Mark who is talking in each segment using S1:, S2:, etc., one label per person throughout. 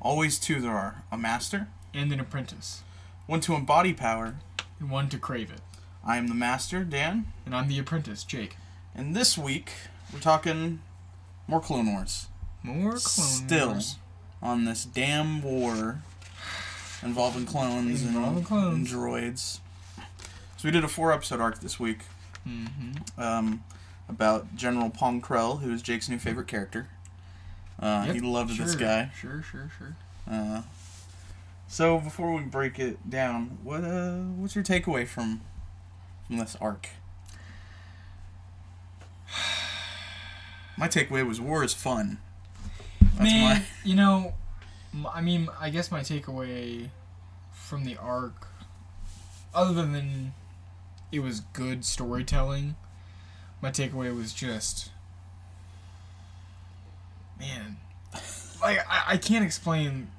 S1: Always two there are a master,
S2: and an apprentice,
S1: one to embody power.
S2: and one to crave it.
S1: I am the master, Dan,
S2: And I'm the apprentice, Jake.
S1: and this week we're talking more Clone Wars.
S2: More Clone
S1: Still
S2: Wars.
S1: on this damn war involving clones and,
S2: Involving clones.
S1: and droids. So we did a four episode arc this week
S2: Mhm.
S1: um, about General Pong Krell, who is Jake's new favorite character. Uh,
S2: Yep,
S1: he loved this
S2: sure,
S1: guy.
S2: Sure, sure, sure.
S1: Uh, so before we break it down, what uh, what's your takeaway from from this arc? My takeaway was war is fun. That's
S2: Man,
S1: my
S2: you know, m- I mean, I guess my takeaway from the arc, other than it was good storytelling, my takeaway was just, man, like I, I can't explain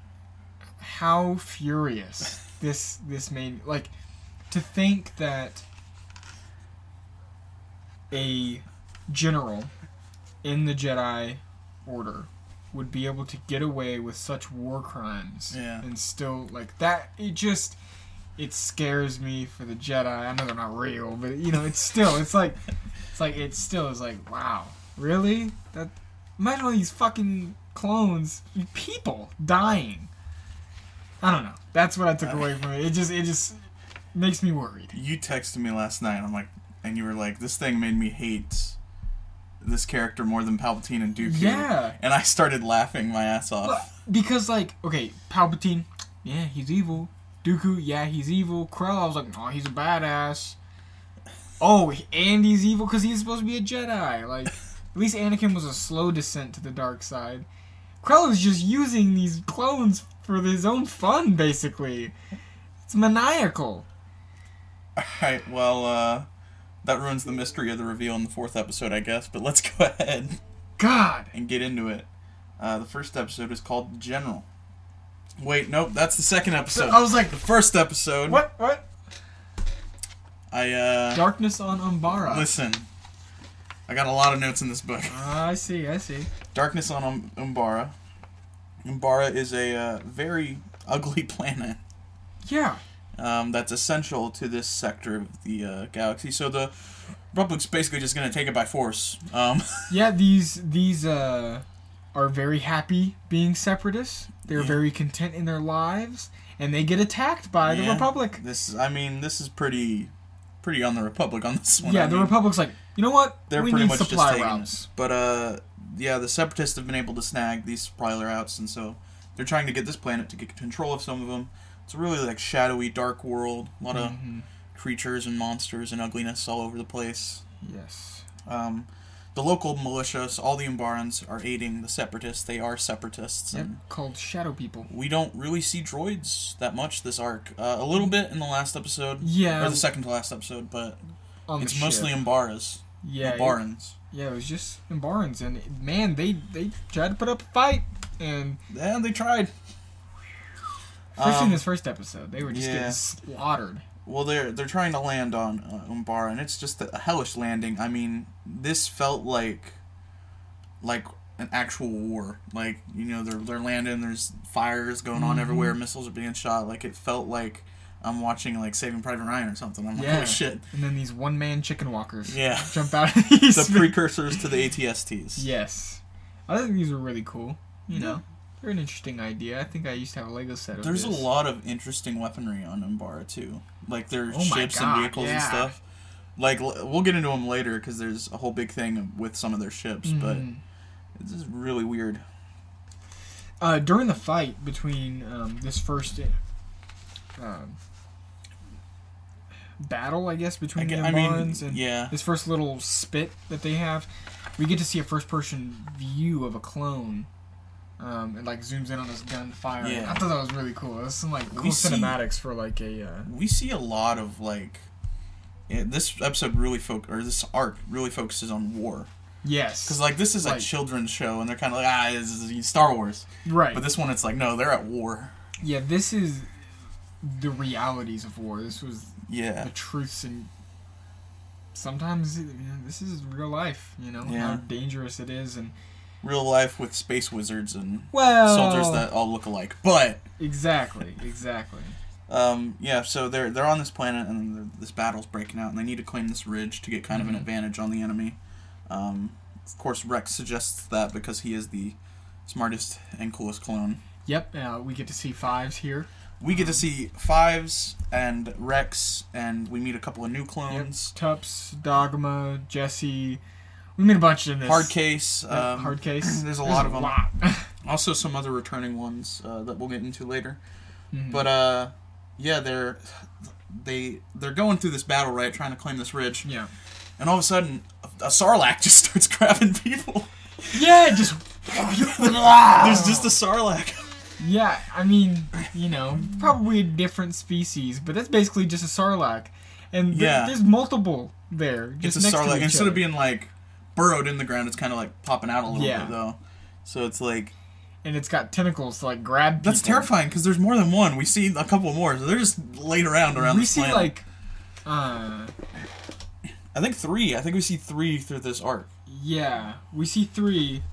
S2: how furious this this made. Like to think that a general in the Jedi Order would be able to get away with such war crimes
S1: Yeah.
S2: and still like that it just it scares me for the jedi i know they're not real but you know it's still it's like it's like it still is like wow really that imagine all these fucking clones people dying i don't know that's what i took away from it it just it just makes me worried
S1: you texted me last night. I'm like, and you were like, this thing made me hate this character more than Palpatine and Dooku.
S2: Yeah.
S1: And I started laughing my ass off.
S2: Well, because like, okay, Palpatine, yeah, he's evil. Dooku, yeah, he's evil. Krell, I was like, oh, he's a badass. Oh, and he's evil because he's supposed to be a Jedi. Like, at least Anakin was a slow descent to the dark side. Krell was just using these clones for his own fun, basically. It's maniacal.
S1: All right. Well, uh, that ruins the mystery of the reveal in the fourth episode, I guess. But let's go ahead
S2: God.
S1: and get into it. Uh, the first episode is called General. Wait, nope, that's the second episode.
S2: I was like,
S1: the first episode.
S2: Oh. what? What?
S1: I uh,
S2: Darkness on Umbara.
S1: listen. I got a lot of notes in this book.
S2: Ah, I see. I see.
S1: Darkness on um- Umbara. Umbara is a uh, very ugly planet
S2: Yeah.
S1: um, that's essential to this sector of the uh, galaxy. So the Republic's basically just going to take it by force. Um,
S2: Yeah, these these uh, are very happy being separatists. They're
S1: Yeah.
S2: very content in their lives, and they get attacked by the
S1: yeah.
S2: Republic.
S1: This, I mean, this is pretty, pretty on the Republic on this one.
S2: yeah,
S1: I
S2: the
S1: mean,
S2: Republic's like, you know what?
S1: They're
S2: we
S1: pretty
S2: need
S1: much just
S2: supply
S1: taking
S2: routes.
S1: it. But uh, yeah, the Separatists have been able to snag these supply routes, and so they're trying to get this planet to get control of some of them. It's a really like shadowy, dark world. A lot of
S2: Mhm.
S1: creatures and monsters and ugliness all over the place.
S2: Yes.
S1: Um, the local militias, all the Umbarans, are aiding the separatists. They are separatists,
S2: Yep.
S1: and
S2: Called Shadow People.
S1: we don't really see droids that much this arc. Uh, a little bit in the last episode,
S2: Yeah.
S1: or the second to last episode, but
S2: on the
S1: it's mostly
S2: ship.
S1: Umbaras,
S2: yeah. it-
S1: Umbarans.
S2: yeah, it was just in Barnes, and man, they they tried to put up a fight, and
S1: Yeah, they tried.
S2: especially
S1: Um,
S2: in this first episode, they were just
S1: yeah.
S2: getting slaughtered.
S1: Well, they're they're trying to land on uh, Umbara, and it's just a hellish landing. I mean, this felt like like an actual war. Like you know, they're they're landing. There's fires going on everywhere. Missiles are being shot. Like it felt like I'm watching like Saving Private Ryan or something. I'm like,
S2: Yeah.
S1: oh shit.
S2: And then these one man chicken walkers
S1: Yeah,
S2: jump out of these
S1: the precursors to the ATSTs.
S2: Yes. I think these are really cool. You know, they're an interesting idea. I think I used to have a Lego set of
S1: There's a
S2: this.
S1: lot of interesting weaponry on Umbara too. Like their
S2: Oh my
S1: ships
S2: God,
S1: and vehicles and
S2: yeah.
S1: stuff. Like l- we'll get into them later because there's a whole big thing with some of their ships, but.
S2: Mhm.
S1: This is really weird.
S2: uh, during the fight between um, this first um, battle, I guess,
S1: I,
S2: between
S1: ge-
S2: the
S1: I mean,
S2: Amorans and
S1: yeah,
S2: this first little spit that they have, we get to see a first-person view of a clone. Um, and like zooms in on this gunfire.
S1: Yeah.
S2: I thought that was really cool. That's some like cool
S1: We see-
S2: cinematics for like a uh,
S1: we see a lot of like. yeah, this episode really foc or this arc really focuses on war
S2: yes,
S1: because like this is a
S2: Right.
S1: children's show and they're kind of like ah this is Star Wars,
S2: right.
S1: but this one it's like no they're at war.
S2: Yeah, this is the realities of war. This was
S1: Yeah,
S2: the truths, and sometimes you know, this is real life. You know
S1: Yeah.
S2: how dangerous it is, and
S1: real life with space wizards and
S2: Well,
S1: soldiers that all look alike. But
S2: exactly, exactly.
S1: um, yeah, so they're they're on this planet and th- this battle's breaking out, and they need to claim this ridge to get kind
S2: Mhm.
S1: of an advantage on the enemy. Um, of course, Rex suggests that because he is the smartest and coolest clone.
S2: Yep, uh, we get to see fives here.
S1: We
S2: Mhm.
S1: get to see Fives and Rex, and we meet a couple of new
S2: Yep.
S1: clones.
S2: Tups, Dogma, Jesse. We made a bunch in this
S1: Hard case. Um,
S2: Yep, hard case.
S1: There's a lot of them.
S2: lot.
S1: Also, some other returning ones uh, that we'll get into later.
S2: Mm-hmm.
S1: But uh, yeah, they're they they're going through this battle right, trying to claim this ridge,
S2: yeah.
S1: and all of a sudden, a, a sarlacc just starts grabbing people.
S2: Yeah, just
S1: There's just a sarlacc.
S2: yeah. I mean, you know, probably a different species, but that's basically just a sarlacc, and th-
S1: Yeah.
S2: there's multiple there.
S1: It's
S2: Just
S1: a
S2: next to
S1: sarlacc.
S2: each
S1: Instead
S2: other.
S1: of being like burrowed in the ground, it's kind of like popping out a little
S2: Yeah.
S1: bit though. So it's like
S2: and it's got tentacles to like grab.
S1: that's
S2: people.
S1: terrifying because there's more than one. We see a couple more. So they're just laid around around
S2: We
S1: this
S2: see
S1: planet.
S2: like, uh,
S1: I think three. I think we see three through this arc.
S2: yeah, we see three.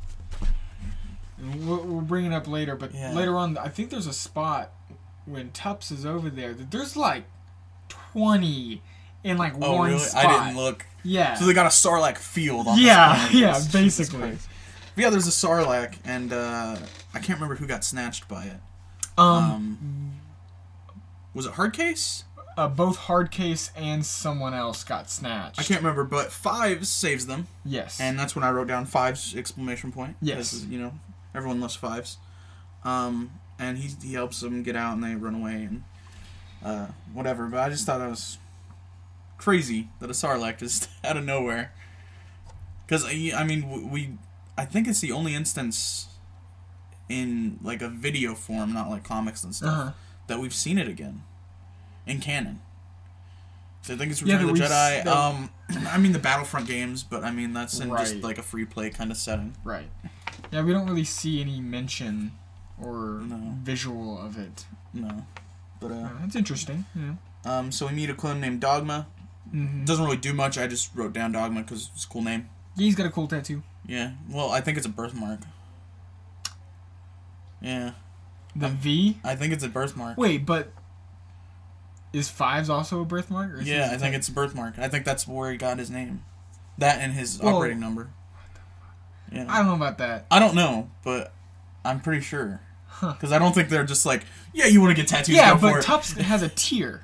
S2: And we'll, we'll bring it up later, but
S1: Yeah.
S2: later on, I think there's a spot when Tups is over there that there's like twenty in like
S1: Oh
S2: one
S1: really?
S2: spot.
S1: I didn't look.
S2: Yeah.
S1: So they got a sarlacc field. on this
S2: yeah,
S1: planet.
S2: yeah,
S1: Jesus
S2: basically.
S1: Christ. But yeah, there's a Sarlacc, and uh, I can't remember who got snatched by it.
S2: Um,
S1: Um, was it Hardcase?
S2: uh, both Hardcase and someone else got snatched.
S1: I can't remember, but Fives saves them,
S2: Yes.
S1: and that's when I wrote down Fives exclamation point.
S2: Yes.
S1: 'cause, you know, everyone loves Fives. Um, and he he helps them get out, and they run away and uh, whatever. But I just thought it was crazy that a Sarlacc just out of nowhere. Because I mean, w- we I think it's the only instance in like a video form, not like comics and stuff,
S2: Uh-huh.
S1: that we've seen it again in canon. So I think it's
S2: Yeah,
S1: Return of the
S2: that we've
S1: Jedi.
S2: s- that-
S1: Um, I mean the Battlefront games, but I mean that's in just
S2: Right.
S1: like a free play kind of setting.
S2: Right. Yeah, we don't really see any mention or
S1: No.
S2: visual of it.
S1: No, but uh,
S2: Uh, That's interesting. Yeah.
S1: um, so we meet a clone named Dogma.
S2: Mm-hmm.
S1: Doesn't really do much. I just wrote down Dogma because it's a cool name.
S2: Yeah, he's got a cool tattoo.
S1: Yeah. Well, I think it's a birthmark. Yeah,
S2: The V.
S1: I think it's a birthmark.
S2: Wait, but is fives also a birthmark? Or is
S1: Yeah,
S2: his-
S1: I think it's a birthmark. I think that's where he got his name. That and his
S2: Whoa.
S1: operating number. Yeah.
S2: I don't know about that.
S1: I don't know, but I'm pretty sure. Because I don't think they're just like, yeah, you want to get tattoos?
S2: yeah,
S1: go for
S2: but
S1: it."
S2: Tups has a tear.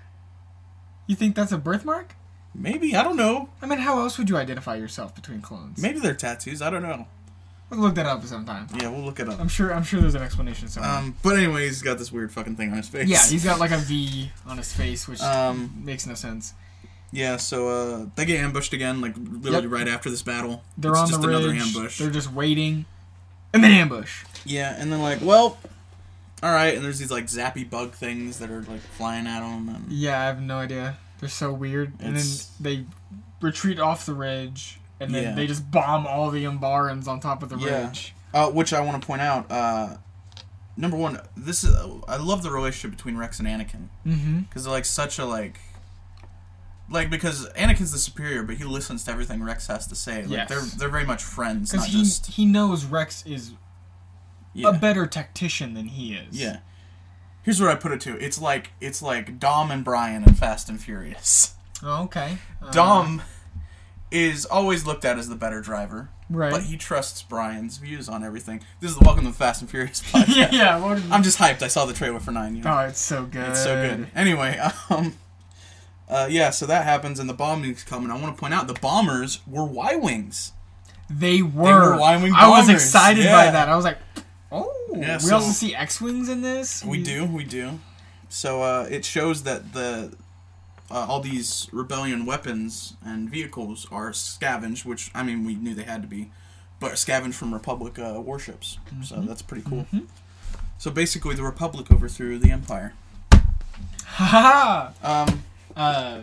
S2: You think that's a birthmark?
S1: Maybe I don't know.
S2: I mean, how else would you identify yourself between clones?
S1: Maybe they're tattoos. I don't know.
S2: We'll look that up sometime.
S1: Yeah, we'll look it up.
S2: I'm sure. I'm sure there's an explanation somewhere.
S1: Um, but anyway, he's got this weird fucking thing on his face.
S2: yeah, he's got like a V on his face, which
S1: Um,
S2: makes no sense.
S1: yeah. So uh, they get ambushed again, like literally
S2: Yep.
S1: right after this battle.
S2: They're
S1: it's
S2: on
S1: just
S2: the
S1: another
S2: ridge.
S1: ambush.
S2: They're just waiting, and they ambush.
S1: Yeah, and then like, well, all right. And there's these like zappy bug things that are like flying at him. And
S2: Yeah, I have no idea. They're so weird. And
S1: It's-
S2: then they retreat off the ridge, and then
S1: Yeah.
S2: they just bomb all the Umbarans on top of the
S1: Yeah.
S2: ridge.
S1: uh, which I want to point out. Uh, number one, this is I love the relationship between Rex and Anakin.
S2: Mm-hmm.
S1: because they're like such a like like because Anakin's the superior, but he listens to everything Rex has to say. Like
S2: Yes.
S1: they're they're very much friends,
S2: Because
S1: not
S2: he
S1: just
S2: he knows Rex is a
S1: yeah.
S2: better tactician than he is.
S1: yeah. Here's what I put it to: it's like it's like Dom and Brian in Fast and Furious.
S2: Oh, okay. Uh,
S1: Dom is always looked at as the better driver,
S2: Right.
S1: but he trusts Brian's views on everything. This is the Welcome to the Fast and Furious podcast.
S2: yeah. yeah what is-
S1: I'm just hyped. I saw the trailer for nine. You know?
S2: oh, it's so good.
S1: It's so good. Uh, Anyway, um, uh, yeah, so that happens, and the bombings come, and I want to point out the bombers were Y wings.
S2: They were.
S1: were Y-wing
S2: I was
S1: bombers,
S2: excited
S1: yeah.
S2: by that. I was like, oh.
S1: Yeah,
S2: we
S1: so-
S2: also see X wings in this.
S1: We do, we do. So uh, it shows that the uh, all these rebellion weapons and vehicles are scavenged, which I mean we knew they had to be, but scavenged from Republic uh, warships. So that's pretty cool. So basically, the Republic overthrew the Empire.
S2: Ha
S1: Um,
S2: Uh,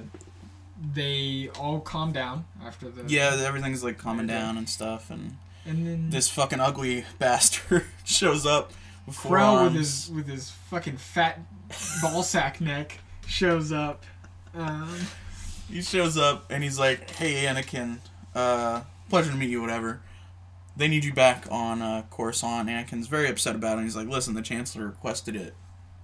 S2: they all calm down after the.
S1: yeah, everything's like calming
S2: Yeah.
S1: down and stuff, and
S2: And then
S1: this fucking ugly bastard shows up with four
S2: Crow with
S1: arms.
S2: his with his fucking fat ball sack neck shows up. Um,
S1: He shows up and he's like, "Hey, Anakin, uh, pleasure to meet you, whatever." they need you back on uh, Coruscant. Anakin's very upset about it. He's like, listen, the Chancellor requested it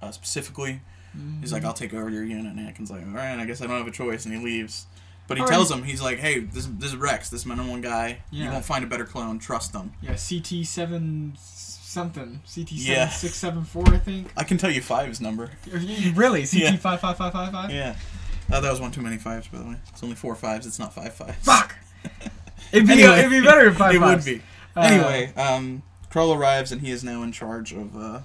S1: uh, specifically. He's
S2: Mm-hmm.
S1: like, I'll take over your unit. And Anakin's like, all right, I guess I don't have a choice. And he leaves. But he
S2: All
S1: tells him, he's like, hey, this, this is Rex. This is my number one guy. You
S2: Yeah.
S1: won't find a better clone. Trust them.
S2: Yeah, CT seven something. CT
S1: Yeah.
S2: seven six seven four, I think.
S1: I can tell you Five's number.
S2: Really?
S1: Yeah.
S2: CT five five five five five.
S1: Yeah. Uh, that was one too many fives, by the way. It's only four fives. It's not five fives.
S2: Fuck. It'd be
S1: Anyway,
S2: it'd be better if five
S1: it
S2: fives.
S1: would be.
S2: Uh,
S1: anyway, um, Kroll arrives and he is now in charge of uh,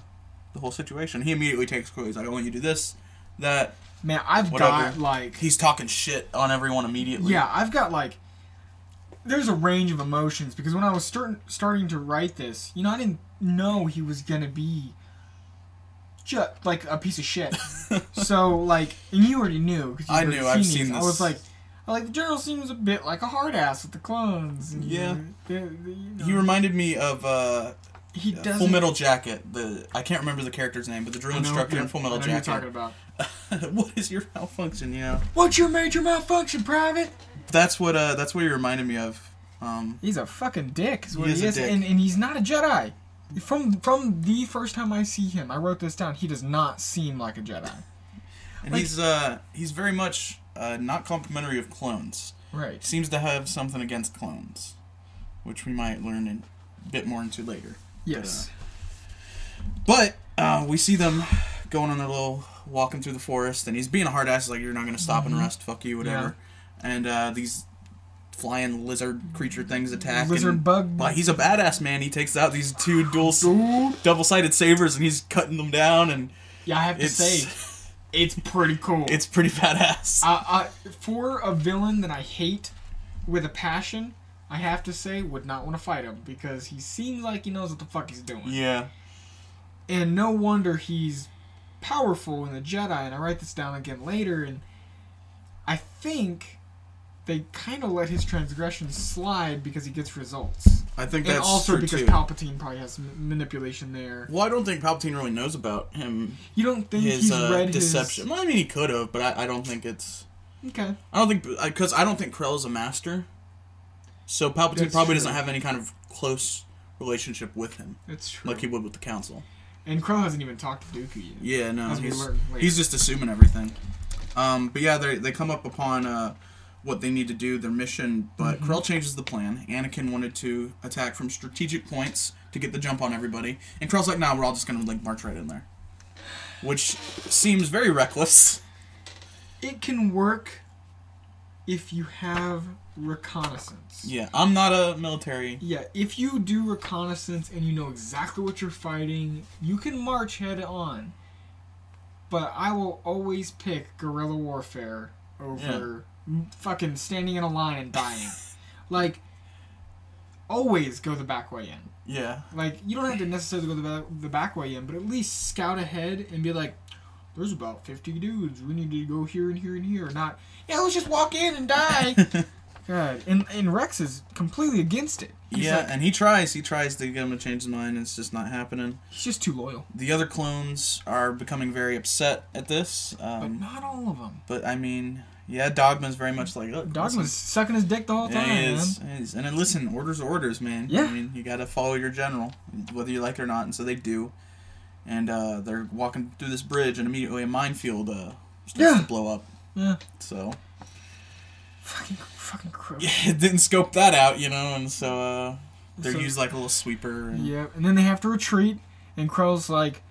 S1: the whole situation. He immediately takes Kroll. He's like, I want you to do this, that.
S2: Man, I've
S1: Whatever.
S2: got like
S1: He's talking shit on everyone immediately.
S2: yeah, I've got like there's a range of emotions because when I was start, starting to write this, you know, I didn't know he was gonna be just like a piece of shit. so like, and you already knew. 'cause you've
S1: I
S2: already
S1: knew, I've seen
S2: these. I
S1: this.
S2: was like, I like the general seems a bit like a hard ass with the clones. and
S1: Yeah.
S2: the- the- you know.
S1: He reminded me of uh,
S2: he
S1: Full Metal Jacket. The I can't remember the character's name, but the drill
S2: I know-
S1: instructor
S2: yeah,
S1: in Full
S2: I
S1: Metal
S2: know who you're talking
S1: Jacket.
S2: about.
S1: what is your malfunction? You know,
S2: What's your major malfunction, Private?
S1: that's what uh, that's what he reminded me of. Um,
S2: He's a fucking dick, is what
S1: He
S2: he
S1: is
S2: is,
S1: a dick.
S2: And, and he's not a Jedi. From from the first time I see him, I wrote this down. He does not seem like a Jedi.
S1: and
S2: Like-
S1: he's uh, he's very much uh, not complimentary of clones.
S2: Right.
S1: seems to have something against clones, which we might learn in- a bit more into later.
S2: Yes.
S1: But uh, we see them going on their little walking through the forest, and he's being a hard ass, like you're not gonna stop
S2: Mm-hmm.
S1: and rest, fuck you, whatever. And uh, these flying lizard creature things attack.
S2: Lizard
S1: and,
S2: bug.
S1: Wow, he's a badass man. He takes out these two dual
S2: Dude.
S1: double sided sabers, and he's cutting them down, and
S2: Yeah, I have to
S1: it's
S2: say, it's pretty cool.
S1: it's pretty badass.
S2: I, I, for a villain that I hate with a passion, I have to say, would not want to fight him because he seems like he knows what the fuck he's doing.
S1: yeah,
S2: and no wonder he's powerful in the Jedi. And I write this down again later, and I think they kind of let his transgressions slide because he gets results,
S1: I think
S2: and
S1: that's
S2: also
S1: true
S2: because
S1: too.
S2: Palpatine probably has m- manipulation there.
S1: well, I don't think Palpatine really knows about him
S2: You don't think
S1: his
S2: he's
S1: uh,
S2: read
S1: deception. Well, I mean, he could have, but I, I don't think it's.
S2: his? Okay,
S1: I don't think because I don't think Krell is a master, so Palpatine
S2: That's
S1: probably
S2: true.
S1: doesn't have any kind of close relationship with him,
S2: that's true.
S1: like he would with the Council.
S2: and Crow hasn't even talked to Dooku yet.
S1: Yeah, no,
S2: As we
S1: he's
S2: learn later.
S1: he's just assuming everything. Um, but yeah, they they come up upon uh, what they need to do, their mission. But
S2: Mm-hmm.
S1: Krell changes the plan. Anakin wanted to attack from strategic points to get the jump on everybody, and Krell's like, "Nah, we're all just gonna like march right in there," which seems very reckless.
S2: It can work if you have reconnaissance.
S1: Yeah, I'm not a military.
S2: Yeah, if you do reconnaissance and you know exactly what you're fighting, you can march head on. But I will always pick guerrilla warfare over fucking standing in a line and dying. like, always go the back way in.
S1: Yeah,
S2: Like, you don't have to necessarily go the back, the back way in, but at least scout ahead and be like, there's about 50 dudes. We need to go here and here and here. Not, yeah, let's just walk in and die. God. And, and Rex is completely against it. He's
S1: yeah,
S2: like,
S1: and he tries. He tries to get him to change his mind. and It's just not happening.
S2: He's just too loyal.
S1: The other clones are becoming very upset at this.
S2: But
S1: Um,
S2: not all of them.
S1: but I mean, yeah, Dogma's very much like look. listen."
S2: Dogma's sucking his dick the whole
S1: Yeah,
S2: time,
S1: he
S2: man.
S1: is, he is. And then listen, orders are orders, man.
S2: Yeah.
S1: I mean, you gotta follow your general, whether you like it or not, and so they do. And uh, they're walking through this bridge, and immediately a minefield uh, starts
S2: Yeah.
S1: to blow up.
S2: Yeah.
S1: So
S2: Fucking, fucking crook.
S1: yeah, it didn't scope that out, you know. And so uh, they're
S2: So-
S1: used like a little sweeper. And,
S2: Yep. And then they have to retreat, and Crow's like,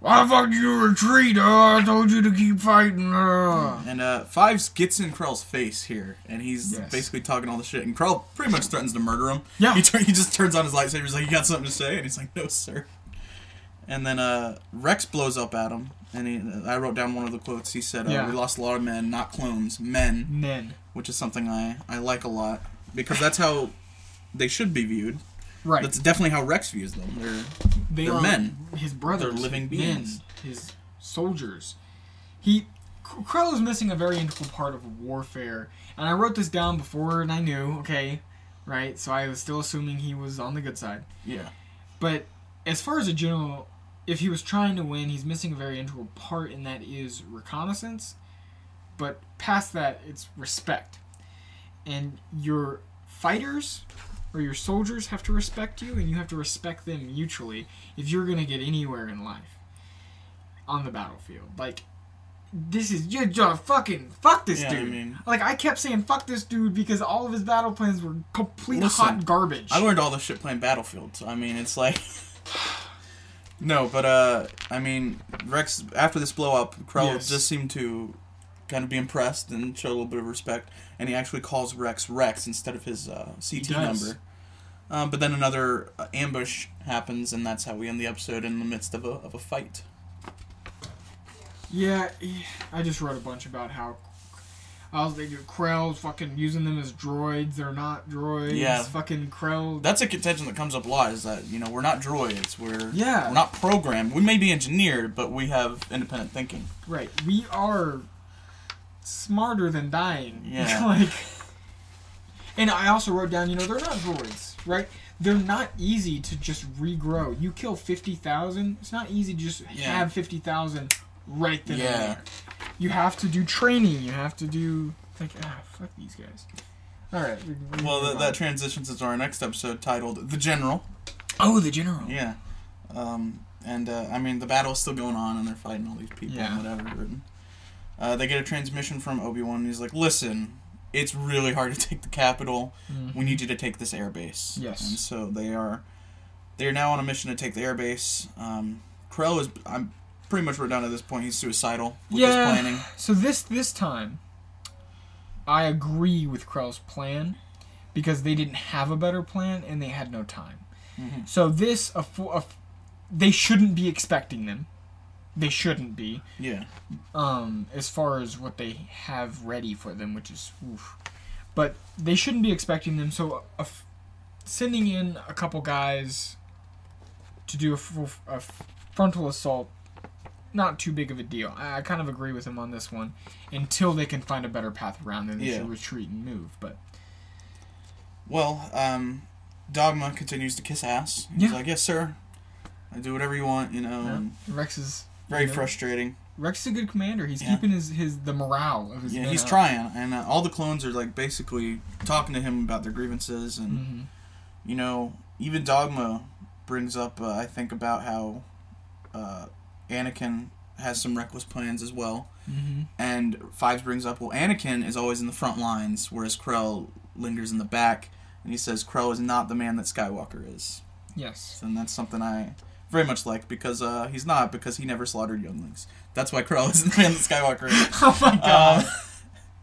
S2: "Why the fuck did you retreat? Uh, I told you to keep fighting." Uh.
S1: And uh, Fives gets in Krell's face here, and he's
S2: Yes.
S1: basically talking all the shit. And Krell pretty much threatens to murder him.
S2: Yeah.
S1: He, tur- he just turns on his lightsaber. He's like, "You got something to say?" And he's like, "No, sir." And then uh, Rex blows up at him, and he, I wrote down one of the quotes. He said, uh,
S2: Yeah.
S1: "We lost a lot of men, not clones, men,"
S2: Nen.
S1: which is something I I like a lot because that's how they should be viewed.
S2: Right.
S1: That's definitely how Rex views them. They're
S2: they
S1: they're
S2: are
S1: men.
S2: His brothers.
S1: They're living
S2: men,
S1: beings.
S2: his soldiers. He. K- Krell is missing a very integral part of warfare, and I wrote this down before, and I knew, okay, right? So I was still assuming he was on the good side.
S1: yeah.
S2: But as far as a general, if he was trying to win, he's missing a very integral part, and that is reconnaissance. But past that, it's respect. And your fighters where your soldiers have to respect you and you have to respect them mutually if you're gonna get anywhere in life on the battlefield. Like, this is you just fucking fuck this
S1: Yeah, I
S2: dude.
S1: mean-
S2: like I kept saying fuck this dude because all of his battle plans were complete
S1: Listen,
S2: hot garbage.
S1: I learned all this shit playing Battlefield. So, I mean, it's like. No, but uh, I mean, Rex after this blow up, Krell
S2: Yes.
S1: just seemed to kind of be impressed and show a little bit of respect, and he actually calls Rex Rex instead of his uh, CT
S2: does.
S1: number. Um, but then another uh, ambush happens, and that's how we end the episode in the midst of a of a fight.
S2: Yeah, yeah, I just wrote a bunch about how I was thinking Krell's fucking using them as droids. They're not droids.
S1: Yeah.
S2: Fucking Krell.
S1: That's a contention that comes up a lot. Is that you know we're not droids, we're
S2: Yeah.
S1: we're not programmed. We may be engineered, but we have independent thinking.
S2: right. We are smarter than dying.
S1: Yeah.
S2: like. And I also wrote down, you know, they're not droids, right? They're not easy to just regrow. You kill fifty thousand. It's not easy to just
S1: Yeah.
S2: have fifty thousand right then and
S1: Yeah.
S2: there. You have to do training. You have to do like ah fuck these guys. All right. we- we-
S1: Well,
S2: move
S1: that,
S2: on.
S1: that transitions into our next episode titled "The General."
S2: Oh, the general.
S1: Yeah, um, and uh, I mean the battle's still going on, and they're fighting all these people and
S2: Yeah.
S1: whatever. And, uh, they get a transmission from Obi Wan. and He's like, "Listen, it's really hard to take the capital.
S2: Mhm.
S1: We need you to take this airbase."
S2: Yes.
S1: And so they are, they are now on a mission to take the airbase. Um, Krell is, I'm pretty much we're down at this point. He's suicidal with
S2: Yeah.
S1: his planning.
S2: So this this time, I agree with Krell's plan because they didn't have a better plan and they had no time.
S1: Mhm.
S2: So this a, fo- a f- they shouldn't be expecting them. They shouldn't be
S1: Yeah.
S2: um, as far as what they have ready for them, which is oof. But they shouldn't be expecting them. So a f- sending in a couple guys to do a, f- a f- frontal assault, not too big of a deal. I, I kind of agree with him on this one. Until they can find a better path around, then they
S1: Yeah.
S2: should retreat and move. But
S1: Well, um, Dogma continues to kiss ass. He's
S2: Yeah.
S1: like, "Yes, sir. I do whatever you want." You know,
S2: Yeah.
S1: and
S2: Rex is
S1: very
S2: Yeah.
S1: frustrating.
S2: Rex is a good commander. He's
S1: Yeah.
S2: keeping his, his the morale of his.
S1: Yeah,
S2: men
S1: he's
S2: up.
S1: trying, and uh, all the clones are like basically talking to him about their grievances, and
S2: Mhm.
S1: you know, even Dogma brings up, uh, I think, about how uh, Anakin has some reckless plans as well.
S2: Mhm.
S1: And Fives brings up, well, Anakin is always in the front lines, whereas Krell lingers in the back. And he says, Krell is not the man that Skywalker is.
S2: Yes.
S1: And that's something I very much like because uh, he's not, because he never slaughtered younglings. That's why Krell isn't the man that Skywalker is.
S2: Oh my god.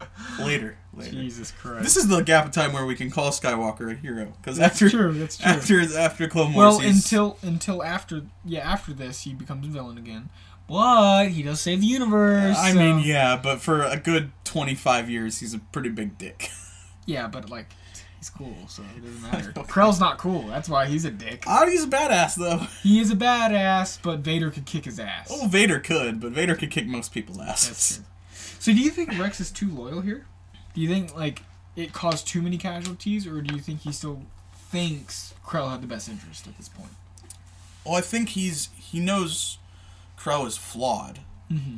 S1: Uh, later. Later.
S2: Jesus Christ.
S1: This is the gap of time where we can call Skywalker a hero. Because
S2: that's
S1: after,
S2: true. That's true.
S1: after, after Clone Wars,
S2: Well,
S1: he's-
S2: until until after yeah, after this he becomes a villain again. But he does save the universe.
S1: I
S2: so-
S1: mean, yeah, but for a good 25 years, he's a pretty big dick.
S2: yeah, but like he's cool, so it doesn't matter.
S1: don't-
S2: Krell's not cool. That's why he's a dick.
S1: Adi's a badass, though.
S2: He is a badass, but Vader could kick his ass.
S1: Oh, Vader could, but Vader could kick most people's
S2: That's
S1: asses.
S2: true. So do you think Rex is too loyal here? Do you think like it caused too many casualties, or do you think he still thinks Krell had the best interest at this point?
S1: Well, I think he's he knows Crow is flawed,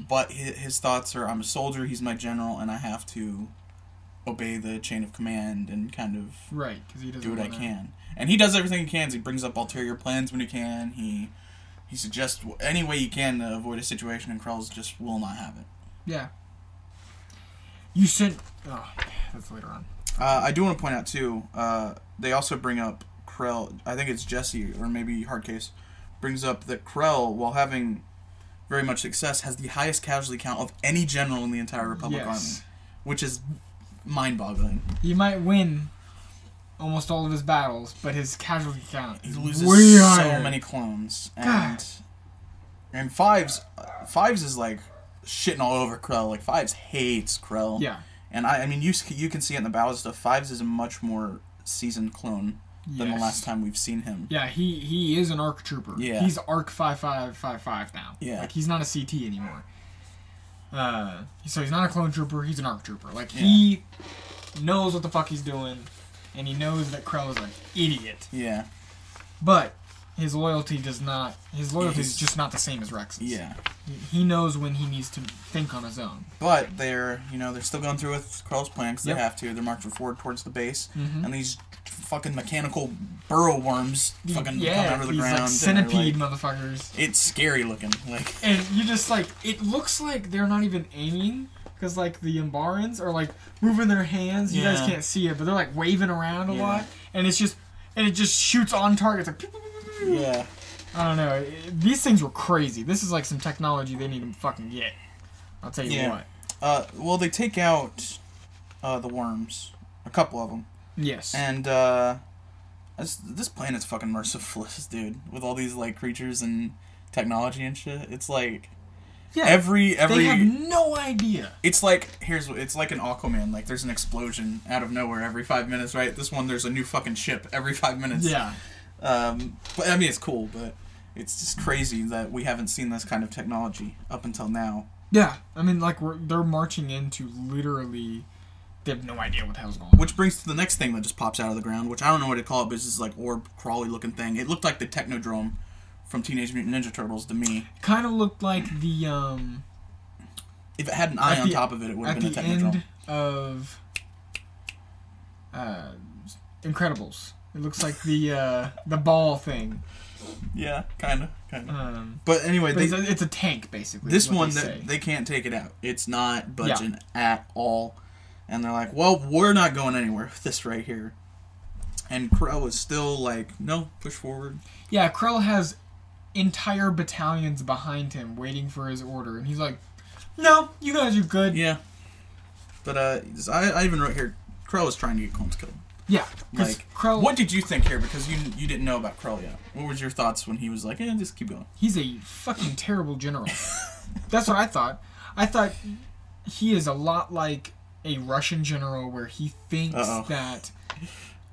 S1: but his, his thoughts are: I'm a soldier, he's my general, and I have to obey the chain of command and kind of
S2: Right, because he doesn't
S1: do what I
S2: wanna-
S1: can. And he does everything he can. He brings up ulterior plans when he can. He he suggests wh- any way he can to avoid a situation, and Krell's just will not have it.
S2: Yeah. You sent. Oh, that's later on.
S1: Uh, I do want to point out too. Uh, they also bring up Krell. I think it's Jesse or maybe Hardcase brings up that Krell, while having very much success, has the highest casualty count of any general in the entire Republic
S2: Yes.
S1: Army, which is mind-boggling.
S2: He might win almost all of his battles, but his casualty count
S1: He
S2: is
S1: loses
S2: way
S1: so
S2: higher.
S1: many clones, and
S2: God.
S1: and Fives Fives is like shitting all over Krell. Like Fives hates Krell.
S2: Yeah.
S1: and I, I mean you s- you can see it in the battle stuff. Fives is a much more seasoned clone than
S2: Yes.
S1: the last time we've seen him.
S2: Yeah, he he is an ARC trooper.
S1: Yeah.
S2: He's ARC five five five five now.
S1: Yeah.
S2: Like he's not a CT anymore. Uh, so he's not a clone trooper. He's an ARC trooper. Like he knows what the fuck he's doing, and he knows that Krell is an idiot.
S1: Yeah,
S2: But his loyalty does not. His loyalty is
S1: His-
S2: just not the same as Rex's.
S1: Yeah.
S2: He- He knows when he needs to think on his own.
S1: But they're, you know, they're still going through with Carl's plan because
S2: Yep.
S1: they have to. They're marching forward towards the base,
S2: Mhm.
S1: and these fucking mechanical burrow worms fucking come
S2: yeah,
S1: out of the
S2: these
S1: ground.
S2: like
S1: and they're,
S2: centipede
S1: like-
S2: motherfuckers.
S1: it's scary looking. Like
S2: And you just like it looks like they're not even aiming because like the Umbarans are like moving their hands. You
S1: Yeah.
S2: guys can't see it, but they're like waving around a
S1: Yeah.
S2: lot, and it's just and it just shoots on target. It's like pew, pew, pew, pew, pew.
S1: yeah,
S2: I don't know. It- these things were crazy. This is like some technology they need to fucking get. I'll tell you
S1: Yeah.
S2: what.
S1: uh, well they take out uh, the worms, a couple of them,
S2: Yes.
S1: and uh, this, this planet's fucking merciless, dude. With all these like creatures and technology and shit, it's like
S2: yeah.
S1: every every
S2: they have no idea.
S1: It's like here's what- it's like an Aquaman. Like there's an explosion out of nowhere every five minutes, right? This one there's a new fucking ship every five minutes.
S2: Yeah.
S1: Um, but I mean it's cool, but it's just crazy that we haven't seen this kind of technology up until now.
S2: Yeah. I mean, like we're, they're marching into literally. They have no idea what the hell's going on.
S1: Which brings to the next thing that just pops out of the ground, which I don't know what to call it, but it's this like orb crawly looking thing. It looked like the Technodrome from Teenage Mutant Ninja Turtles to me.
S2: Kind of looked like the um.
S1: If it had an eye
S2: At
S1: on
S2: the-
S1: top of it, it would have
S2: at
S1: been a
S2: the
S1: Technodrome.
S2: end of uh, Incredibles. It looks like the uh, the ball thing.
S1: Yeah, kind of, kind of.
S2: Um,
S1: But anyway,
S2: but
S1: they,
S2: it's, a, it's a tank basically.
S1: this
S2: is what
S1: one
S2: they
S1: they,
S2: say.
S1: they can't take it out it's not budging at all and they're like well we're not going anywhere with this right here and crow is still like no push forward
S2: yeah, Krell has entire battalions behind him waiting for his order, and he's like, "No, you guys are good."
S1: yeah but uh i, I even wrote here crow is trying to get Combs killed
S2: yeah. 'cause
S1: like
S2: Krell,
S1: what did you think here because you you didn't know about crow yet what was your thoughts when he was like yeah just keep going
S2: he's a fucking terrible general. That's what I thought. I thought he is a lot like a Russian general, where he thinks
S1: Uh-oh.
S2: that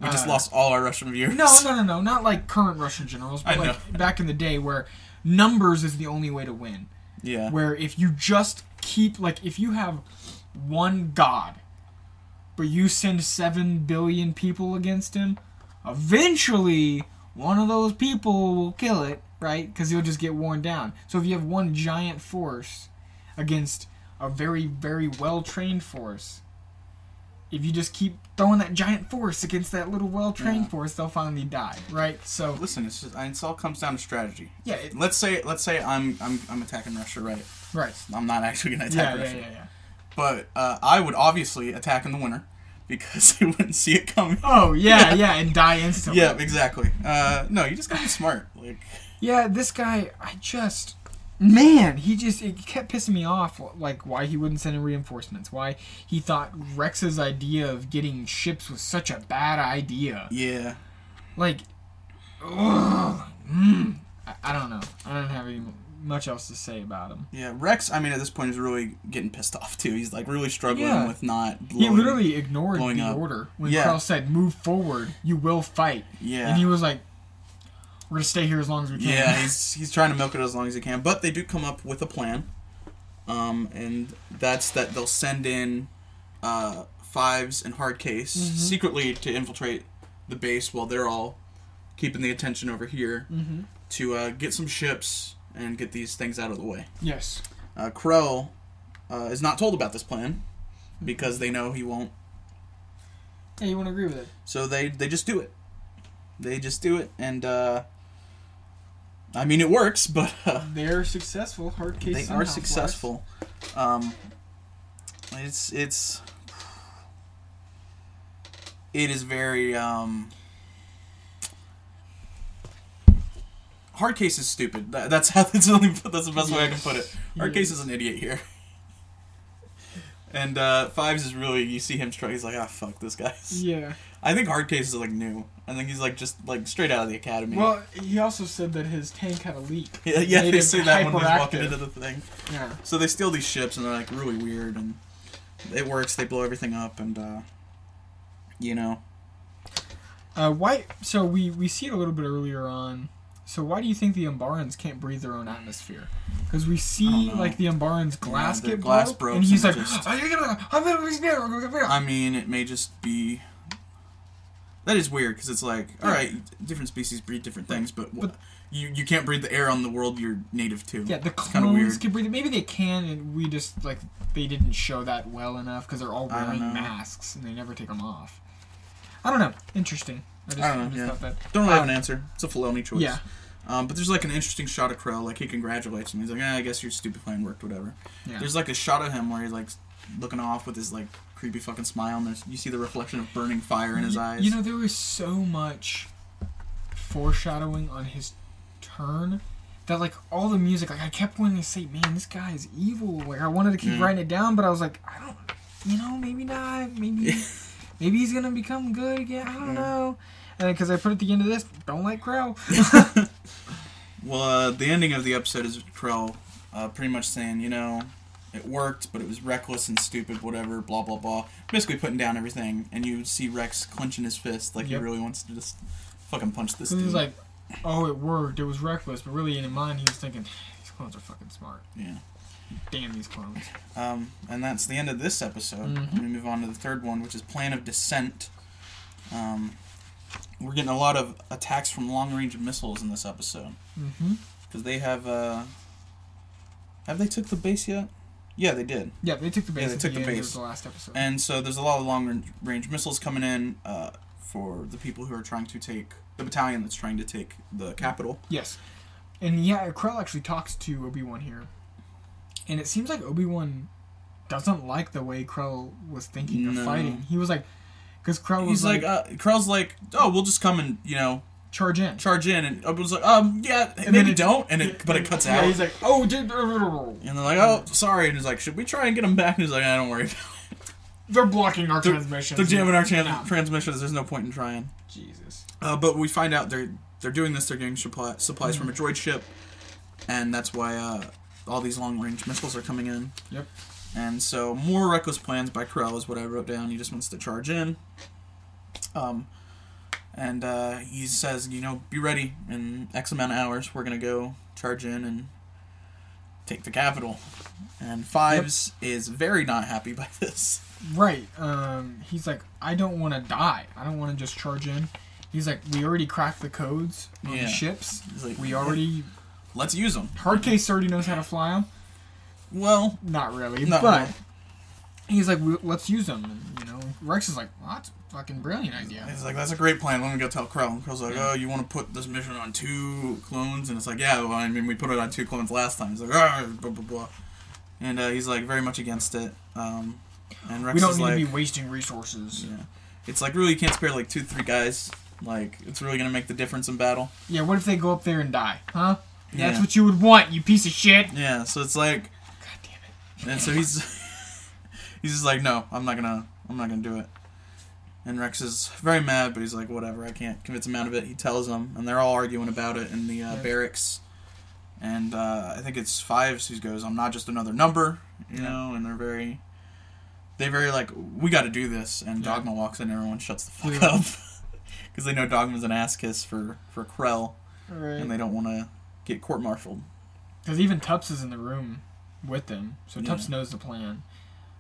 S1: we just
S2: Uh,
S1: lost all our russian viewers
S2: No, no, no, no. Not like current Russian generals, but
S1: I
S2: like back in the day where numbers is the only way to win.
S1: yeah
S2: Where if you just keep, like, if you have one god, but you send seven billion people against him, eventually one of those people will kill it, right? Because he'll just get worn down. So if you have one giant force against a very, very well trained force, if you just keep throwing that giant force against that little well trained
S1: Yeah.
S2: force, they'll finally die, right? So
S1: listen it's just it's all comes down to strategy
S2: yeah, it,
S1: let's say let's say i'm i'm, I'm attacking russia right
S2: right.
S1: i'm not actually gonna attack
S2: Yeah, yeah,
S1: russia
S2: yeah, yeah.
S1: But uh, I would obviously attack in the winter because they wouldn't see it coming.
S2: Oh yeah, yeah, and die instantly.
S1: Yeah, exactly. Uh, no, you just gotta be smart. Like,
S2: Yeah, this guy, I just, man, he just it kept pissing me off. Like why he wouldn't send in reinforcements, why he thought Rex's idea of getting ships was such a bad idea.
S1: yeah,
S2: Like, ugh, mm, I, I don't know. I don't have any much else to say about him.
S1: yeah. Rex, I mean, at this point, is really getting pissed off too. He's like really struggling
S2: Yeah.
S1: with not.
S2: He
S1: Blowing.
S2: literally ignored
S1: blowing
S2: the
S1: up.
S2: order when
S1: Yeah.
S2: Krell said, "Move forward, you will fight,"
S1: Yeah.
S2: and he was like, "We're gonna stay here as long as we can."
S1: yeah, he's he's trying to milk it as long as he can. But they do come up with a plan, um, and that's that they'll send in uh, fives and hard case secretly to infiltrate the base while they're all keeping the attention over here to uh, get some ships and get these things out of the way.
S2: yes.
S1: Uh, Crow uh, is not told about this plan because they know he won't.
S2: Yeah, you won't agree with it.
S1: So they they just do it. They just do it, and uh, I mean it works, but. Uh,
S2: They're successful. Hard case.
S1: they
S2: somehow
S1: are
S2: for us.
S1: successful. Um, it's it's it is very um, hard case is stupid. That, that's how that's the only that's the best way I can put it. Hard case is an idiot here. And uh, Fives is really you see him struggle. He's like, ah, fuck this guy.
S2: Yeah.
S1: I think Hard Case is like new. I think he's like just like straight out of the academy.
S2: Well, he also said that his tank had a leak.
S1: yeah, yeah,
S2: made
S1: they
S2: him
S1: say that when he's walking
S2: hyperactive.
S1: into the thing.
S2: Yeah.
S1: So they steal these ships and they're like really weird and it works. They blow everything up and uh, you know
S2: Uh, why? So we we see it a little bit earlier on. So why do you think the Umbarans can't breathe their own atmosphere? Because we see
S1: know.
S2: like the Umbarans glass
S1: their
S2: get
S1: glass
S2: broke,
S1: broke
S2: and he's
S1: and
S2: like, "Oh,
S1: just-
S2: "I'm gonna- I'm gonna- I'm gonna- I'm gonna-"
S1: I mean it may just be. That is weird because it's like, all right, different species breed different things, but, wha- you you can't breathe the air on the world you're native to.
S2: Yeah, the
S1: It's kinda
S2: clones can breathe. Maybe they can, and we just like they didn't show that well enough because they're all
S1: I don't
S2: wearing
S1: know.
S2: masks and they never take them off. I don't know. Interesting. I just,
S1: I don't know, yeah.
S2: thought that.
S1: Don't really have
S2: Um,
S1: an answer. It's a felony choice.
S2: yeah.
S1: Um, but there's like an interesting shot of Krell. Like he congratulates him. He's like, eh, I guess your stupid plan worked. Whatever.
S2: Yeah.
S1: There's like a shot of him where he's like looking off with his like creepy fucking smile, and there's, you see the reflection of burning fire in his
S2: Y-
S1: eyes.
S2: You know, there was so much foreshadowing on his turn that, like, all the music, like, I kept wanting to say, man, this guy is evil. Like, I wanted to keep
S1: Mhm.
S2: writing it down, but I was like, I don't, you know, maybe not. Maybe, maybe he's gonna become good again. I don't
S1: Mhm.
S2: know. And because I put at the end of this, don't like Crow.
S1: well, uh, the ending of the episode is Krell uh, pretty much saying, you know, it worked, but it was reckless and stupid. Whatever. Blah blah blah. Basically putting down everything, and you see Rex clenching his fist like
S2: Yep.
S1: he really wants to just fucking punch this
S2: So he
S1: dude.
S2: was like, oh, it worked. It was reckless, but really in his mind, he was thinking, these clones are fucking smart.
S1: yeah.
S2: Damn these clones.
S1: Um, and that's the end of this episode.
S2: Mhm.
S1: I'm gonna move on to the third one, which is Plan of Descent. Um, we're getting a lot of attacks from long-range missiles in this episode Mm-hmm.
S2: hmm
S1: because they have. Uh, have they took the base yet? Yeah, they did.
S2: Yeah, they took the base.
S1: Yeah, they
S2: at
S1: took the
S2: end of
S1: base.
S2: The last episode.
S1: And so there's a lot of long-range missiles coming in uh, for the people who are trying to take the battalion that's trying to take the capital.
S2: Yes. And yeah, Krell actually talks to Obi Wan here. And it seems like Obi Wan doesn't like the way Krell was thinking of
S1: No.
S2: fighting. He was like, because Krell was
S1: He's like,
S2: like,
S1: uh, Krell's like, oh, we'll just come and you know
S2: charge in.
S1: charge in, and Obi-Wan's like, um, yeah,
S2: then
S1: and maybe
S2: it-
S1: don't, and it but it cuts
S2: yeah,
S1: out.
S2: He's like, oh, did,
S1: And they're like, oh, sorry. And he's like, should we try and get him back? And he's like, I don't worry.
S2: they're blocking our transmission.
S1: They're jamming our tran-
S2: Yeah.
S1: transmissions. There's no point in trying.
S2: Jesus.
S1: Uh, but we find out they're they're doing this. They're getting supply- supplies
S2: Mm.
S1: from a droid ship, and that's why uh, all these long range missiles are coming in.
S2: Yep.
S1: And so more reckless plans by Krell is what I wrote down. He just wants to charge in. Um, and uh, he says, you know, be ready in X amount of hours. We're gonna go charge in and take the capital. And Fives is very not happy by this.
S2: Right. Um, he's like, I don't want to die. I don't want to just charge in. He's like, we already cracked the codes on
S1: Yeah.
S2: the ships.
S1: He's like,
S2: We already.
S1: Let's use them.
S2: Hardcase already knows how to fly them.
S1: Well,
S2: Not really,
S1: Not
S2: but
S1: really.
S2: he's like, "We- let's use them. And, you know, Rex is like, well, that's a fucking brilliant idea.
S1: he's like, that's a great plan. Let me go tell Krell. And Krell's like, oh, you want to put this mission on two clones? And it's like, yeah, well, I mean, we put it on two clones last time. He's like, "Ah, blah, blah, blah. And uh, he's like, very much against it. Um, and Rex
S2: We don't
S1: is
S2: need
S1: like,
S2: to be wasting resources. Yeah.
S1: yeah. It's like, really, you can't spare like two, three guys. Like, it's really going to make the difference in battle.
S2: what if they go up there and die? Huh? That's
S1: Yeah.
S2: what you would want, you piece of shit. God
S1: Yeah, so it's like,
S2: damn it.
S1: And so he's he's just like, no, I'm not gonna, I'm not gonna do it. And Rex is very mad, but he's like, whatever, I can't convince him out of it. He tells them, and they're all arguing about it in the uh,
S2: Yeah.
S1: barracks. And uh, I think it's Fives who goes, I'm not just another number, you
S2: Yeah.
S1: know. And they're very, they very like, we got to do this. And
S2: Yeah.
S1: Dogma walks in, and everyone shuts the fuck
S2: Yeah.
S1: up because they know Dogma's an ass kiss for for Krell, and they
S2: Alright.
S1: don't want to get court martialed.
S2: Because even Tups is in the room with them, so
S1: Yeah.
S2: Tups knows the plan.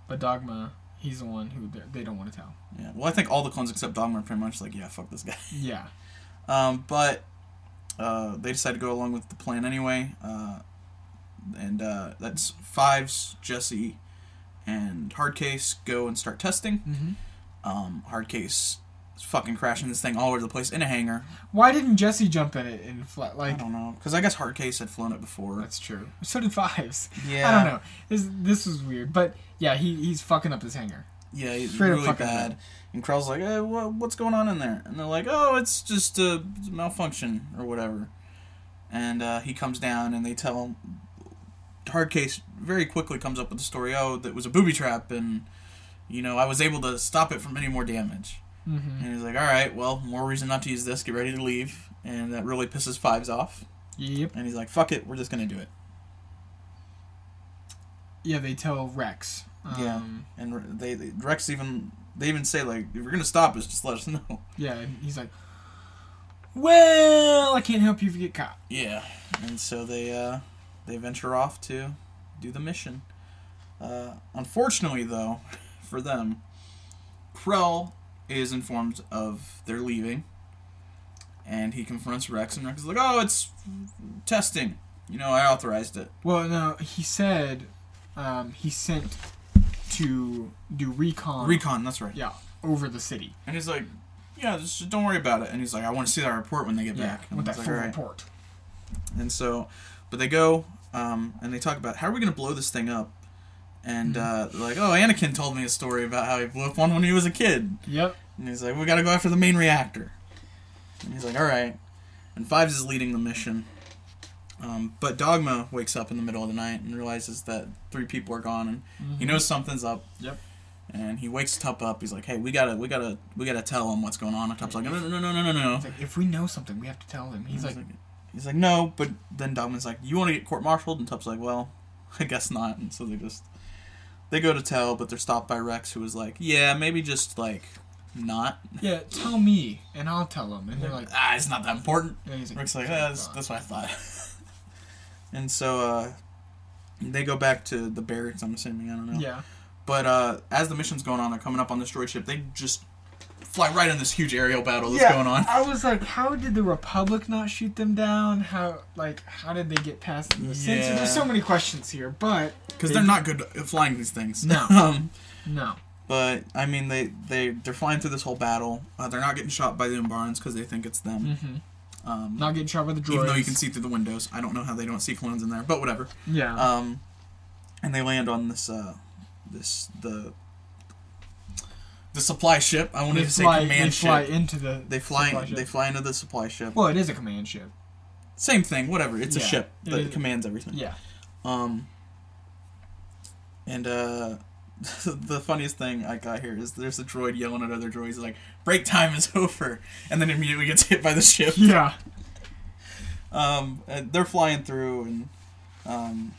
S2: But Dogma, he's the one who they- they don't want to tell.
S1: Yeah. Well, I think all the clones except Dogma are pretty much like, yeah, fuck this guy.
S2: Yeah.
S1: Um, but uh, they decide to go along with the plan anyway. Uh, and uh, that's Fives, Jesse, and Hardcase go and start testing.
S2: hmm
S1: Um, Hardcase is fucking crashing this thing all over the place in a hangar.
S2: Why didn't Jesse jump in it and fly?
S1: I
S2: Like,
S1: don't know. Because I guess Hardcase had flown it before.
S2: that's true. So did Fives.
S1: Yeah.
S2: I don't know. This this was weird, but yeah, he he's fucking up his hanger.
S1: Yeah, he's
S2: Straight up
S1: really
S2: fucking
S1: bad.
S2: bad.
S1: And Krell's like, hey, wha what's going on in there? And they're like, oh, it's just a malfunction or whatever. And uh, he comes down, and they tell him. Hardcase very quickly comes up with the story. Oh, that was a booby trap, and you know I was able to stop it from any more damage.
S2: Mm-hmm.
S1: And he's like, all right, well, more reason not to use this. Get ready to leave. And that really pisses Fives off.
S2: Yep.
S1: And he's like, fuck it, we're just gonna do it.
S2: Yeah, they tell Rex.
S1: Yeah.
S2: Um,
S1: And they, they Rex even they even say like, if you're gonna stop us, just let us know.
S2: yeah. And he's like, "Well, I can't help you if you get caught."
S1: Yeah, and so they uh, they venture off to do the mission. Uh, unfortunately, though, for them, Krell is informed of their leaving, and he confronts Rex, and Rex is like, "Oh, it's testing. You know, I authorized it."
S2: Well, no, he said um, he sent to do recon.
S1: Recon, that's right.
S2: Uh-huh. Yeah, over the city.
S1: And he's like, "Yeah, just don't worry about it." And he's like, "I want to see that report when they get
S2: Yeah,
S1: back." And
S2: with
S1: he's
S2: that
S1: like,
S2: full
S1: "All right."
S2: report.
S1: And so, but they go um, and they talk about how are we going to blow this thing up. And uh, they're like, oh, Anakin told me a story about how he blew up one when he was a kid.
S2: Yep.
S1: And he's like, we got to go after the main reactor. And he's like, all right. And Fives is leading the mission. Um, but Dogma wakes up in the middle of the night and realizes that three people are gone, and he knows something's up.
S2: Yep.
S1: And he wakes Tup up. He's like, "Hey, we gotta, we gotta, we gotta tell him what's going on." And Tup's like, "No, no, no, no, no, no, no."
S2: It's like, if we know something, we have to tell them. He's like,
S1: he's like, no, but then Dogman's like, you want to get court-martialed? And Tup's like, well, I guess not. And so they just, they go to tell, but they're stopped by Rex, who is like, yeah, maybe just like, not.
S2: yeah, tell me, and I'll tell them. And they're like,
S1: ah, it's not that important.
S2: and he's
S1: Rick's like, ah, that's, that's what I thought. and so uh, they go back to the barracks. I'm assuming I don't know.
S2: yeah,
S1: But uh, as the mission's going on, they're coming up on this droid ship. They just fly right in this huge aerial battle that's going on.
S2: I was like, how did the Republic not shoot them down? How like how did they get past the sensor?
S1: Yeah.
S2: There's so many questions here, but
S1: Because they're not good at flying these things.
S2: No.
S1: um,
S2: no,
S1: But I mean, they they they're flying through this whole battle. Uh, they're not getting shot by the Umbarans because they think it's them. Um,
S2: not getting shot by the Mm-hmm. droids.
S1: even though you can see through the windows, I don't know how they don't see clones in there, but whatever.
S2: yeah,
S1: Um, and they land on this uh, this the the supply ship. I wanted
S2: they
S1: to say
S2: fly,
S1: command
S2: they fly
S1: ship.
S2: into the
S1: they fly
S2: supply ship.
S1: they fly into the supply ship.
S2: well, it is a command ship.
S1: Same thing, whatever. It's a
S2: Yeah,
S1: ship
S2: it
S1: that
S2: is-
S1: commands everything.
S2: Yeah,
S1: Um, and uh, the funniest thing I got here is there's a droid yelling at other droids like "break time is over," and then immediately gets hit by the ship.
S2: yeah.
S1: Um, and they're flying through, and um,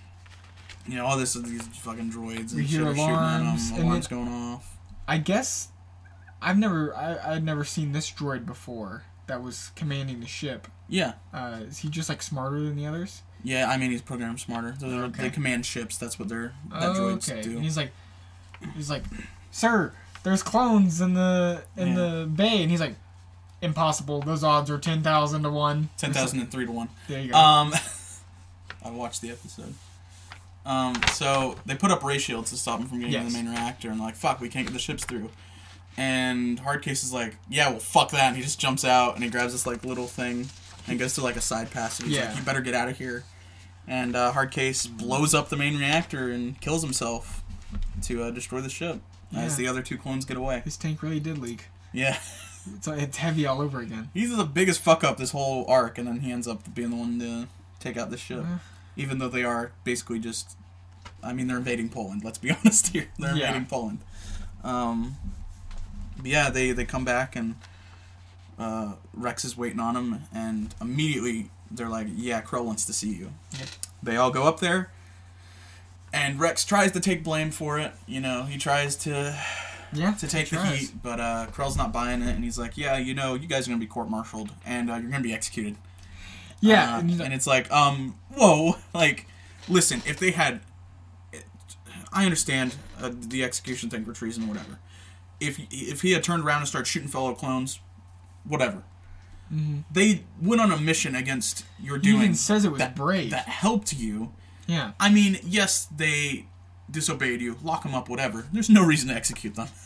S1: you know all this of these fucking droids
S2: We
S1: and shit
S2: hear
S1: are shooting at
S2: alarms,
S1: them.
S2: and
S1: Alarms
S2: then-
S1: going off.
S2: I guess I've never I I'd never seen this droid before that was commanding the ship.
S1: Yeah,
S2: Uh, is he just like smarter than the others?
S1: yeah. I mean, he's programmed smarter. Those are,
S2: Okay.
S1: They command ships. That's what they're that droids
S2: okay.
S1: do.
S2: And he's like, he's like, sir, there's clones in the in
S1: Yeah.
S2: the bay, and he's like, impossible. Those odds are ten thousand to one.
S1: Ten thousand and three to one.
S2: There you go.
S1: Um, I watched the episode. Um, so they put up ray shields to stop them from getting
S2: Yes.
S1: to the main reactor, and like, fuck, we can't get the ships through. And Hardcase is like, yeah, well, fuck that. And he just jumps out and he grabs this like little thing and goes to like a side passage. He's
S2: Yeah.
S1: like, you better get out of here. And uh, Hardcase blows up the main reactor and kills himself to uh, destroy the ship as
S2: Yeah.
S1: the other two clones get away.
S2: this tank really did leak.
S1: Yeah.
S2: It's it's heavy all over again.
S1: He's the biggest fuck up this whole arc, and then he ends up being the one to take out the ship.
S2: Yeah.
S1: Even though they are basically just, I mean, they're invading Poland. Let's be honest here, they're
S2: Yeah.
S1: invading Poland. Um, but yeah, they they come back and uh, Rex is waiting on him, and immediately they're like, "Yeah, Crow wants to see you."
S2: Yep.
S1: They all go up there, and Rex tries to take blame for it. You know, he tries to
S2: Yeah.
S1: to take the
S2: tries.
S1: heat, but uh, Krell's not buying it, and he's like, "Yeah, you know, you guys are gonna be court-martialed, and uh, you're gonna be executed."
S2: Yeah.
S1: Uh,
S2: and he's like,
S1: and it's like, um, whoa, like, listen, if they had, I understand uh, the execution thing for treason, whatever. If if he had turned around and started shooting fellow clones, whatever. They went on a mission against your
S2: Mm-hmm. he
S1: doing
S2: even says it was
S1: that,
S2: brave.
S1: that helped you.
S2: yeah.
S1: I mean, yes, they disobeyed you, lock them up, whatever. There's no reason to execute them.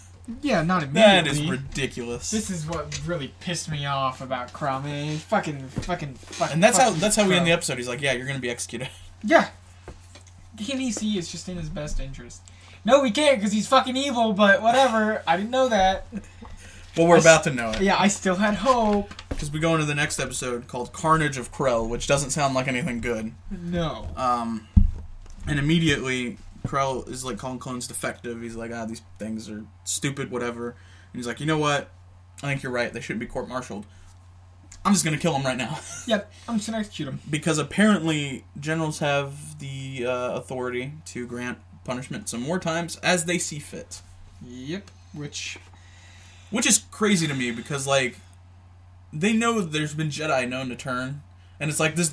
S2: Yeah. Not immediately.
S1: That is ridiculous.
S2: This is what really pissed me off about Crow, man. He Fucking, fucking, fucking.
S1: And that's how
S2: fucking
S1: that's how we end the
S2: Crow.
S1: episode. He's like, "Yeah, you're gonna be executed."
S2: Yeah. DNEC is just in his best interest. No, we can't because he's fucking evil, but whatever. I didn't know that.
S1: Well, we're about to know it
S2: Yeah, I still had hope.
S1: because we go into the next episode called "Carnage of Krell," which doesn't sound like anything good.
S2: No.
S1: Um, and immediately Krell is like calling clones defective. He's like, "Ah, these things are stupid, whatever." And he's like, "You know what? I think you're right. They shouldn't be court-martialed. I'm just gonna kill them right now."
S2: Yep, I'm just gonna execute him.
S1: because apparently generals have the uh, authority to grant punishment some more times as they see fit.
S2: Yep. Which,
S1: Which is crazy to me because like they know there's been Jedi known to turn, and it's like this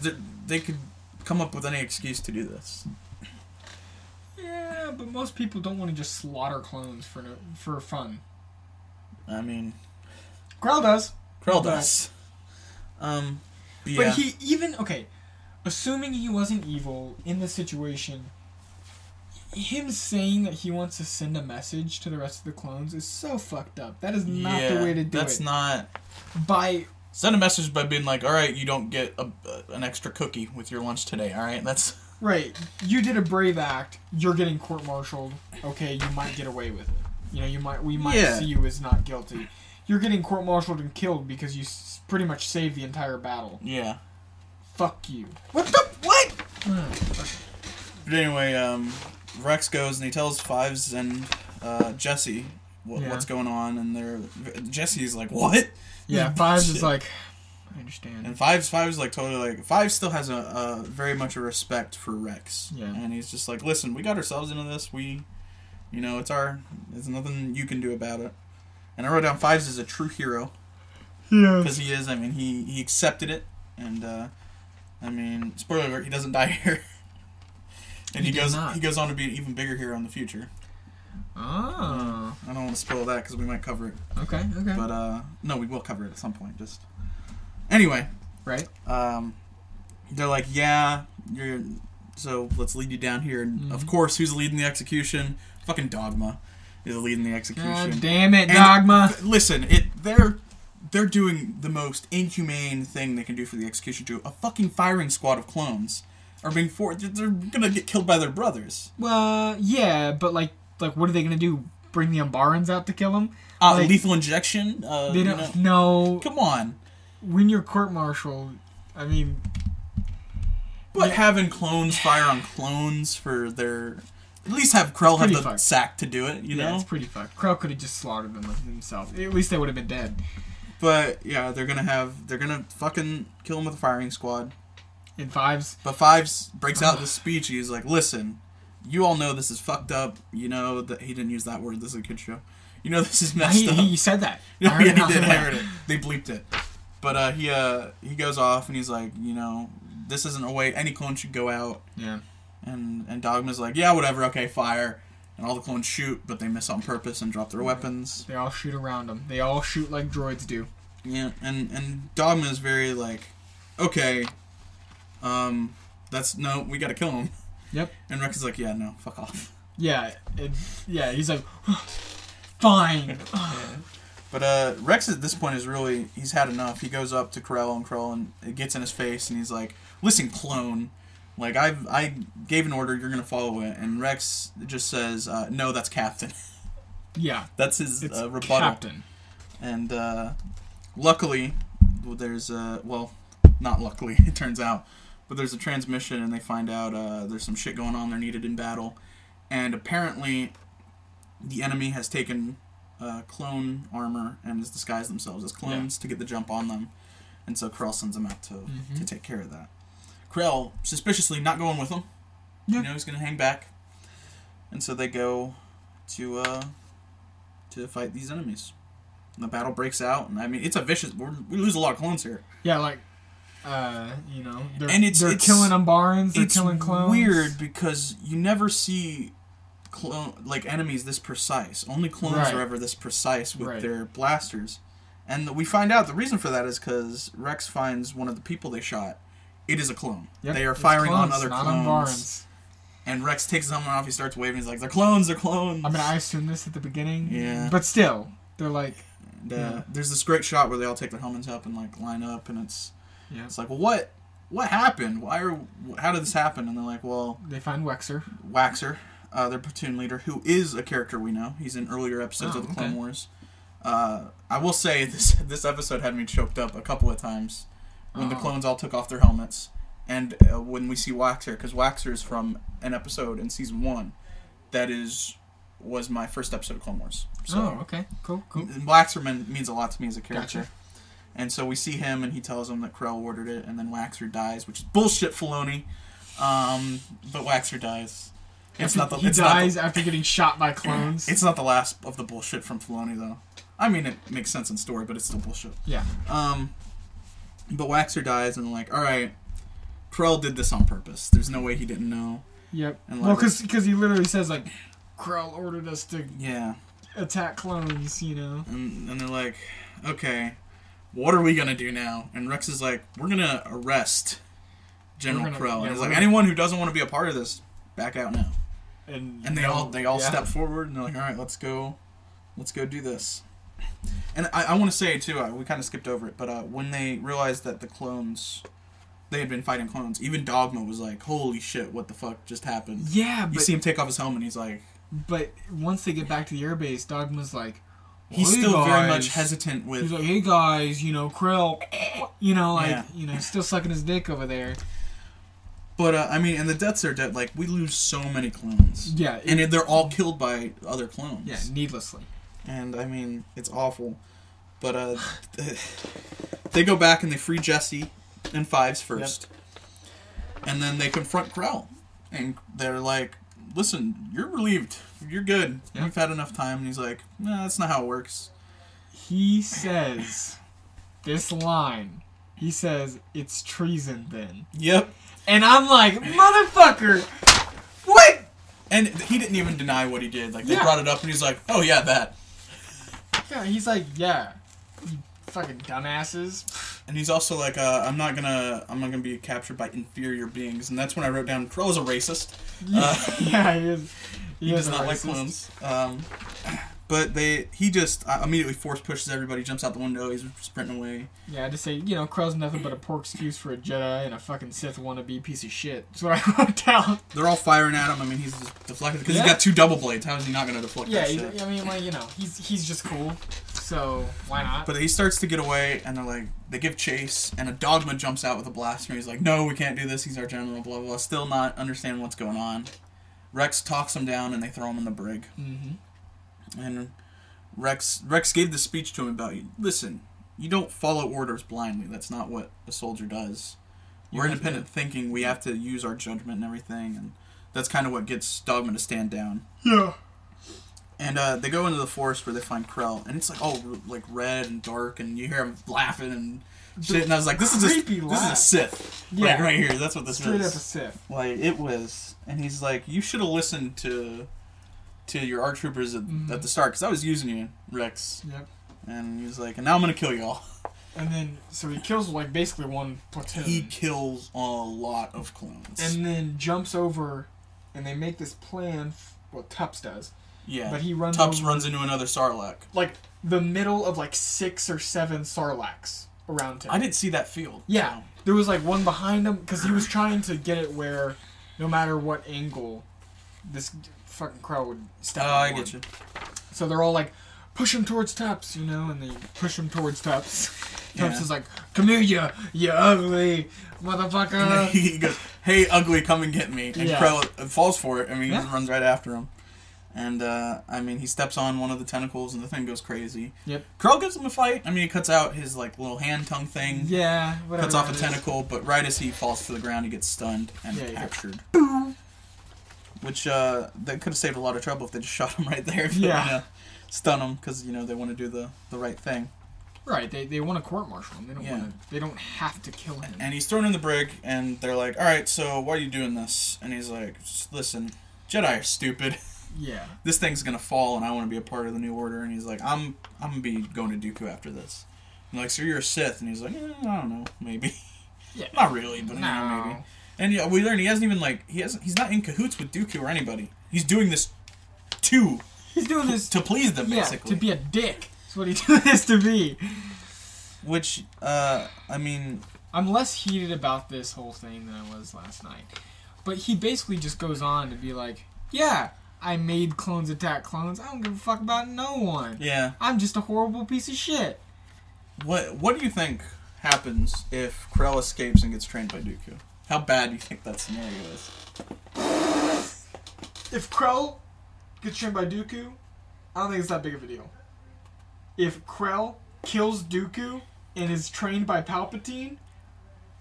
S1: they could come up with any excuse to do this.
S2: yeah, but most people don't want to just slaughter clones for no, for fun.
S1: I mean,
S2: Grell does.
S1: Krell
S2: But-
S1: does. Um, but yeah.
S2: But he even okay, assuming he wasn't evil in this situation, him saying that he wants to send a message to the rest of the clones is so fucked up. That is not
S1: yeah,
S2: the way to do
S1: that's
S2: it.
S1: not
S2: By
S1: send a message by being like, all right, you don't get a, a- an extra cookie with your lunch today. All right, that's
S2: right, you did a brave act. You're getting court-martialed. Okay, you might get away with it. You know, you might we might
S1: Yeah.
S2: see you as not guilty. You're getting court-martialed and killed because you s- pretty much saved the entire battle.
S1: yeah.
S2: Fuck you. What the what?
S1: But anyway, um, Rex goes and he tells Fives and uh, Jesse what,
S2: Yeah.
S1: what's going on, and they're Jesse's like, what?
S2: Yeah, Fives is
S1: Shit.
S2: like, I understand.
S1: And Fives, Fives like totally like Fives still has a, a very much a respect for Rex.
S2: Yeah.
S1: And he's just like, listen, we got ourselves into this. We, you know, it's our. There's nothing you can do about it. And I wrote down Fives is a true hero
S2: yeah.
S1: because he is. I mean, he he accepted it, and uh, I mean, spoiler alert, he doesn't die here. And
S2: He
S1: he,
S2: did
S1: goes.
S2: not.
S1: He goes on to be an even bigger hero in the future.
S2: Ah.
S1: I don't want to spoil that because we might cover it.
S2: Okay. Okay.
S1: But uh, no, we will cover it at some point. Just anyway,
S2: right.
S1: um, they're like, yeah, you're. So let's lead you down here. And of
S2: Mhm.
S1: course, who's leading the execution? Fucking Dogma is leading the execution.
S2: God damn it,
S1: And-
S2: dogma.
S1: Listen, it they're they're doing the most inhumane thing they can do for the execution to a fucking firing squad of clones are being for they're- they're gonna get killed by their brothers.
S2: Well, yeah, but like, like, what are they gonna do? Bring the Umbarans out to kill him?
S1: Uh,
S2: Like-
S1: lethal injection. Uh,
S2: They
S1: you
S2: don't
S1: know.
S2: know.
S1: Come on.
S2: When you're court-martialed, I mean,
S1: But having clones fire on clones for their at least have Krell have
S2: pretty
S1: the
S2: fucked.
S1: sack to do it, you
S2: yeah,
S1: know.
S2: it's pretty fucked. Krell could have just slaughtered them himself. At least they would have been dead.
S1: But yeah, they're gonna have they're gonna fucking kill him with a firing squad.
S2: In fives.
S1: But Fives breaks out this speech. He's like, "Listen, you all know this is fucked up. You know that he didn't use that word. This is a kid show. You know this is messed
S2: He,
S1: up.
S2: he said that. I
S1: yeah,
S2: heard
S1: he
S2: it
S1: did.
S2: on the
S1: I
S2: way.
S1: heard it. They bleeped it. But uh, he uh, he goes off and he's like, you know, this isn't a way any clone should go out.
S2: Yeah.
S1: And and Dogma's like, yeah, whatever. Okay, fire. And all the clones shoot, but they miss on purpose and drop their weapons.
S2: They all shoot around him. They all shoot like droids do.
S1: Yeah, and and Dogma is very like, okay, um, that's no, we gotta kill him.
S2: Yep.
S1: And Rex is like, yeah, no, fuck off.
S2: Yeah. It, yeah. He's like, fine.
S1: But uh, Rex at this point is really he's had enough. He goes up to Corell and Corell and it gets in his face and he's like, "Listen, clone, like I have I gave an order, you're gonna follow it." And Rex just says, uh, "No, that's Captain."
S2: yeah.
S1: That's his
S2: It's
S1: uh, rebuttal.
S2: Captain.
S1: And uh, luckily, there's a well, not luckily it turns out, but there's a transmission and they find out uh, there's some shit going on. They're needed in battle, and apparently, the enemy has taken uh, clone armor and has disguised themselves as clones to get the jump on them. And so Krell sends them out to to take care of that. Krell suspiciously not going with them.
S2: Yeah.
S1: You know he's gonna hang back, and so they go to uh, to fight these enemies. And the battle breaks out, and I mean it's a vicious. We're, we lose a lot of clones here.
S2: Yeah, like, uh, you know, they're,
S1: And it's-
S2: they're
S1: it's-
S2: killing Umbarans, they're
S1: It's
S2: killing clones.
S1: weird because you never see clone like enemies this precise. Only clones
S2: Right.
S1: are ever this precise with
S2: Right.
S1: their blasters. And we find out the reason for that is because Rex finds one of the people they shot. It is a clone.
S2: Yep,
S1: They are
S2: it's
S1: firing on
S2: clones,
S1: other
S2: not
S1: clones.
S2: Umbarans.
S1: And Rex takes someone off. He starts waving. He's like, "They're clones. They're clones."
S2: I mean, I assumed this at the beginning.
S1: Yeah.
S2: But still, they're like,
S1: And, uh,
S2: yeah.
S1: There's this great shot where they all take their helmets up and like line up, and it's
S2: yeah.
S1: it's like, "Well, what what happened? Why are how did this happen?" And they're like, "Well,
S2: They find Wexer.
S1: Waxer, uh, their platoon leader, who is a character we know. He's in earlier episodes
S2: Oh,
S1: of the Clone
S2: okay.
S1: Wars. Uh, I will say this this episode had me choked up a couple of times when the
S2: Oh.
S1: clones all took off their helmets, and uh, when we see Waxer, because Waxer is from an episode in season one that is was my first episode of Clone Wars.
S2: oh,
S1: So
S2: okay. Cool, cool.
S1: and Waxer mean- means a lot to me as a character.
S2: Gotcha.
S1: And so we see him, and he tells him that Krell ordered it, and then Waxer dies, which is bullshit, Filoni. Um, but Waxer dies. It's not the
S2: he
S1: it's not the-
S2: dies after getting shot by clones.
S1: it's not the last of the bullshit from Filoni, though. I mean, it makes sense in story, but it's still bullshit.
S2: yeah.
S1: Um, but Waxer dies, and they're like, all right, Krell did this on purpose. There's no way he didn't know.
S2: Yep.
S1: And
S2: Well,
S1: like-
S2: because he literally says, like, Krell ordered us to
S1: Yeah.
S2: attack clones, you know.
S1: And, and they're like, okay, what are we gonna do now? And Rex is like, we're gonna arrest General
S2: We're gonna-
S1: Crow. And
S2: yeah,
S1: he's
S2: we're
S1: like,
S2: gonna-
S1: anyone who doesn't want to be a part of this, back out now.
S2: And
S1: And they all they all
S2: yeah.
S1: step forward and they're like, all right, let's go, let's go do this. And I, I want to say too, uh, we kind of skipped over it, but uh, when they realized that the clones, they had been fighting clones, even Dogma was like, holy shit, what the fuck just happened?
S2: Yeah,
S1: You
S2: but
S1: see him take off his helmet, and he's like,
S2: but once they get back to the airbase, Dogma's like,
S1: he's
S2: "Hey,
S1: still very
S2: guys."
S1: much hesitant with
S2: He's like, hey guys, you know, Krill, you know, like,
S1: Yeah.
S2: you know, still sucking his dick over there.
S1: But uh, I mean, and the deaths are dead. Like we lose so many clones,
S2: Yeah, it-
S1: and it, they're all killed by other clones.
S2: yeah, needlessly.
S1: And I mean, it's awful. But uh, they go back and they free Jesse and Fives first, and then they confront Growl, and they're like, "Listen, you're relieved. You're good.
S2: Yeah.
S1: We've had enough time." And he's like, "No, that's not how it works."
S2: He says this line. He says it's treason then,
S1: Yep.
S2: and I'm like, motherfucker,
S1: What? And he didn't even deny what he did. Like they
S2: Yeah.
S1: brought it up, and he's like, "Oh yeah, that."
S2: Yeah, he's like, yeah, you fucking dumbasses.
S1: And he's also like, uh, I'm not gonna, I'm not gonna be captured by inferior beings, and that's when I wrote down Crow is a racist. Uh,
S2: yeah, he is. He,
S1: He
S2: is
S1: does
S2: a
S1: not like
S2: racist.
S1: clones. Um, but they, he just uh, immediately force pushes everybody, jumps out the window, he's sprinting away.
S2: Yeah, I just say, you know, Crow's nothing but a poor excuse for a Jedi and a fucking Sith wannabe piece of shit. That's what I wrote down.
S1: They're all firing at him. I mean, he's just deflected because
S2: Yeah.
S1: he's got two double blades. How is he not gonna deflect?
S2: Yeah,
S1: that
S2: he's,
S1: shit?
S2: I mean, like, you know, he's he's just cool, so why not?
S1: But he starts to get away, and they're like, they give chase, and a dogma jumps out with a blaster. He's like, "No, we can't do this. He's our general." Blah blah. blah. Still not understand what's going on. Rex talks him down, and they throw him in the brig.
S2: mm-hmm.
S1: And Rex Rex gave the speech to him about you. Listen, you don't follow orders blindly. That's not what a soldier does. We're
S2: Yeah.
S1: independent thinking. We have to use our judgment and everything, and that's kind of what gets Dogma to stand down.
S2: Yeah.
S1: And uh, they go into the forest where they find Krell, and it's like all r- like red and dark, and you hear him laughing and shit. And I was like, this is a,
S2: Creepy
S1: this is a
S2: laugh.
S1: Sith, yeah,
S2: Yeah.
S1: like, right here. That's what this
S2: Straight up a
S1: is.
S2: Sith.
S1: Like it was, and he's like, "You should have listened to to your art troopers at,
S2: Mhm.
S1: at the start, because I was using you, Rex."
S2: Yep.
S1: And he's like, "And now I'm gonna kill y'all."
S2: And then, so he kills like basically one platoon,
S1: He kills a lot of clones.
S2: and then jumps over, and they make this plan. F- well, Tups does,
S1: yeah,
S2: but he um, runs
S1: Tups
S2: over-
S1: runs into another Sarlacc.
S2: like the middle of like six or seven Sarlaccs around him.
S1: I didn't see that field.
S2: Yeah,
S1: so-
S2: there was like one behind him because he was trying to get it where, no matter what angle, this fucking crow would step.
S1: Oh,
S2: on
S1: I
S2: one.
S1: get you.
S2: So they're all like, push him towards Tups, you know, and they push him towards Tups. Tups
S1: Yeah.
S2: is like, come here, you, you ugly
S1: And then
S2: motherfucker.
S1: he goes, "Hey, ugly, come and get me!" And
S2: Uh, Yeah.
S1: Krell uh, falls for it. I mean, he
S2: Yeah.
S1: just runs right after him. And uh, I mean, he steps on one of the tentacles, and the thing goes crazy.
S2: Yep.
S1: Krell gives him a fight. I mean, he cuts out his like little hand tongue thing.
S2: yeah, whatever.
S1: cuts off a
S2: that is.
S1: tentacle, but right as he falls to the ground, he gets stunned and
S2: Yeah, he gets-
S1: captured. Which uh, that could have saved a lot of trouble if they just shot him right there. If
S2: Yeah.
S1: They, wanna stun him because you know they want to do the the right thing.
S2: Right, they, they want to court martial him. They don't
S1: Yeah.
S2: want to. They don't have to kill him.
S1: And he's thrown in the brig, and they're like, "All right, so why are you doing this?" And he's like, "Just "Listen, Jedi are stupid.
S2: yeah,
S1: This thing's gonna fall, and I want to be a part of the new order." And he's like, "I'm I'm gonna be going to Dooku after this." And like, so you're a Sith, and he's like, eh, "I don't know, maybe."
S2: Yeah.
S1: Not really, but you know,
S2: no,
S1: maybe. And yeah, we learn he hasn't even like he hasn't he's not in cahoots with Dooku or anybody. He's doing this to
S2: he's doing this
S1: to please them
S2: yeah,
S1: basically.
S2: to be a dick. That's what he's doing this to be.
S1: Which uh I mean
S2: I'm less heated about this whole thing than I was last night. But he basically just goes on to be like, yeah, I made clones attack clones. I don't give a fuck about no one.
S1: yeah.
S2: I'm just a horrible piece of shit.
S1: What what do you think happens if Krell escapes and gets trained by Dooku? How bad do you think that scenario is?
S2: If Krell gets trained by Dooku, I don't think it's that big of a deal. If Krell kills Dooku and is trained by Palpatine,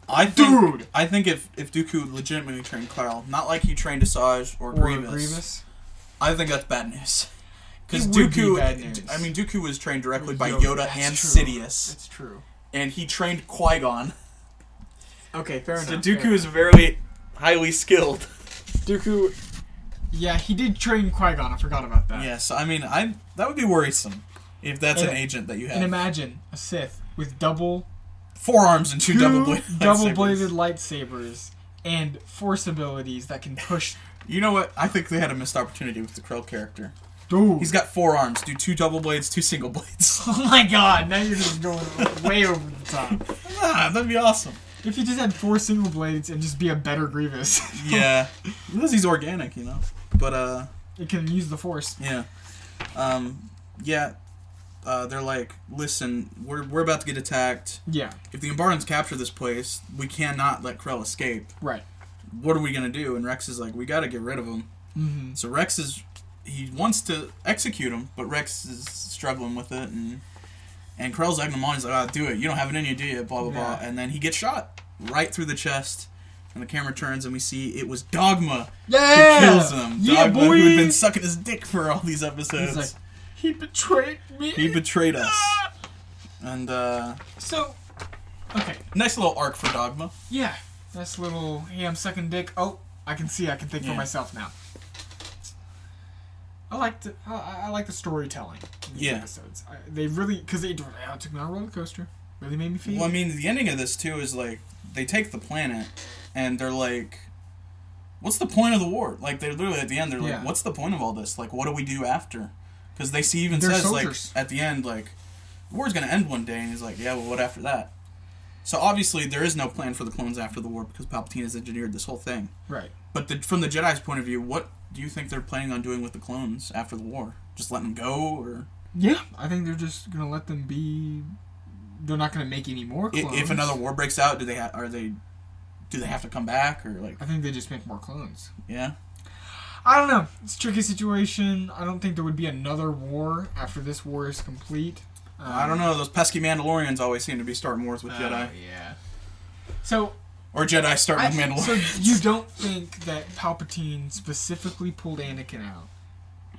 S1: I think,
S2: Dude!
S1: I think if if Dooku legitimately trained Krell, not like he trained Asajj or, Grievous, I think that's bad news. Because
S2: It would be
S1: Dooku,
S2: bad news.
S1: I mean, Dooku was trained directly by
S2: Yoda,
S1: Yoda
S2: that's
S1: and
S2: true.
S1: Sidious,
S2: It's true.
S1: and he trained Qui Gon.
S2: Okay, fair
S1: So
S2: enough.
S1: Dooku
S2: fair
S1: is very highly skilled.
S2: Dooku Yeah, he did train Qui Gon. I forgot about that.
S1: Yeah, so I mean, I that would be worrisome if that's
S2: And-
S1: an agent that you
S2: And
S1: have.
S2: imagine a Sith with double
S1: Four arms and two,
S2: two
S1: double blade lightsabers.
S2: bladed lightsabers and force abilities that can push.
S1: You know what? I think they had a missed opportunity with the Krill character.
S2: Dude,
S1: He's got four arms. Do two double blades, two single blades.
S2: oh my god! Now you're just going way over the top.
S1: ah, that'd be awesome.
S2: If you just had four single blades and just be a better Grievous,
S1: Yeah, because he's organic, you know. But uh,
S2: it can use the force.
S1: yeah, um, yeah. Uh, they're like, listen, we're we're about to get attacked.
S2: Yeah,
S1: If the Umbarans capture this place, we cannot let Krell escape.
S2: right.
S1: What are we gonna do? And Rex is like, we gotta get rid of him.
S2: Mm-hmm.
S1: So Rex is he wants to execute him, but Rex is struggling with it, and and Krell's egging him on. He's like, "Ah, do it. You don't have it in you, do you?" Blah blah
S2: Yeah.
S1: blah. And then he gets shot right through the chest, and the camera turns, and we see it was Dogma who
S2: Yeah,
S1: kills him.
S2: Yeah,
S1: Dogma
S2: boy.
S1: who had been sucking his dick for all these episodes.
S2: He's like, he betrayed me.
S1: he betrayed us. And uh,
S2: so, okay,
S1: nice little arc for Dogma.
S2: yeah, that's little. Hey, I'm sucking dick. Oh, I can see. I can think for
S1: Yeah.
S2: myself now. I like the I- I, I like the storytelling. In these
S1: Yeah.
S2: episodes. I, they really because they oh, it took me on a roller coaster. Really made me feel.
S1: Well, I mean, the ending of this too is like they take the planet, and they're like, "What's the point of the war?" Like they're literally at the end, they're like,
S2: Yeah.
S1: "What's the point of all this? Like, what do we do after?" Because they see even
S2: They're
S1: says
S2: soldiers.
S1: like at the end, like, "The war's gonna end one day," and he's like, "Yeah, well, what after that?" So obviously there is no plan for the clones after the war because Palpatine has engineered this whole thing.
S2: right.
S1: But the, from the Jedi's point of view, what do you think they're planning on doing with the clones after the war? Just let them go, or
S2: Yeah, I think they're just gonna let them be. They're not gonna make any more
S1: i-
S2: clones.
S1: if another war breaks out, do they ha- are they do they have to come back or like
S2: I think they just make more clones.
S1: Yeah.
S2: I don't know. It's a tricky situation. I don't think there would be another war after this war is complete. Um,
S1: I don't know. Those pesky Mandalorians always seem to be starting wars with
S2: uh,
S1: Jedi.
S2: Yeah. So,
S1: Or Jedi start
S2: Uh, I,
S1: with
S2: so
S1: Mandalorians.
S2: you don't think that Palpatine specifically pulled Anakin out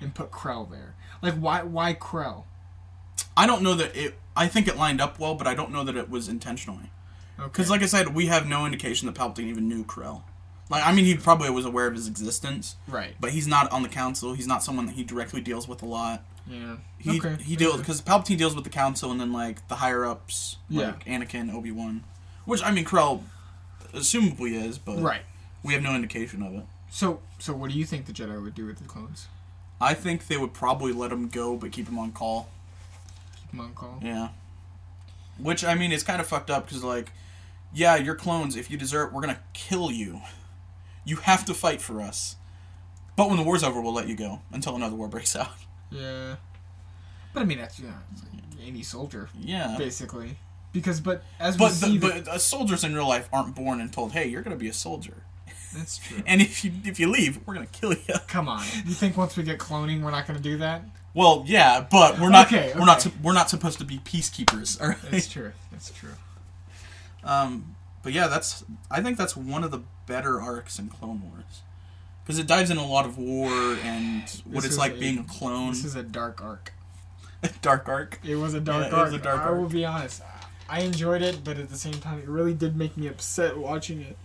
S2: and put Krell there? Like, why? Why Krell?
S1: I don't know that it. I think it lined up well, but I don't know that it was intentionally.
S2: Okay.
S1: Because, like I said, we have no indication that Palpatine even knew Krell. Like, I mean, he probably was aware of his existence,
S2: Right.
S1: but he's not on the council. He's not someone that he directly deals with a lot.
S2: Yeah.
S1: He
S2: okay.
S1: he deals because Palpatine deals with the council and then like the higher ups, like Anakin, Obi Wan, which I mean Krell, assumably is, but
S2: Right.
S1: we have no indication of it.
S2: So, so what do you think the Jedi would do with the clones?
S1: I think they would probably let him go, but keep him on call.
S2: Keep them on call.
S1: Yeah. Which I mean, it's kind of fucked up because like, yeah, you're clones. If you desert, we're gonna kill you. You have to fight for us. But when the war's over, we'll let you go until another war breaks out.
S2: Yeah. But I mean, that's yeah, it's like any soldier
S1: Yeah.
S2: basically. Because, but as we
S1: But
S2: see,
S1: the,
S2: the-
S1: but uh, soldiers in real life aren't born and told, "Hey, you're gonna be a soldier."
S2: that's true.
S1: And if you if you leave, we're gonna kill you.
S2: Come on, you think once we get cloning, we're not gonna do that?
S1: Well, yeah, but we're not
S2: Okay,
S1: we're not
S2: okay.
S1: sup- we're not supposed to be peacekeepers. All right.
S2: That's true. That's true.
S1: Um, but yeah, that's I think that's one of the better arcs in Clone Wars because it dives in a lot of war and what
S2: This
S1: it's
S2: is
S1: like
S2: a-
S1: being a clone.
S2: This is a dark arc.
S1: dark arc.
S2: It was a dark
S1: Yeah, it
S2: arc.
S1: was a dark
S2: I will
S1: arc.
S2: be honest. I enjoyed it, but at the same time, it really did make me upset watching it.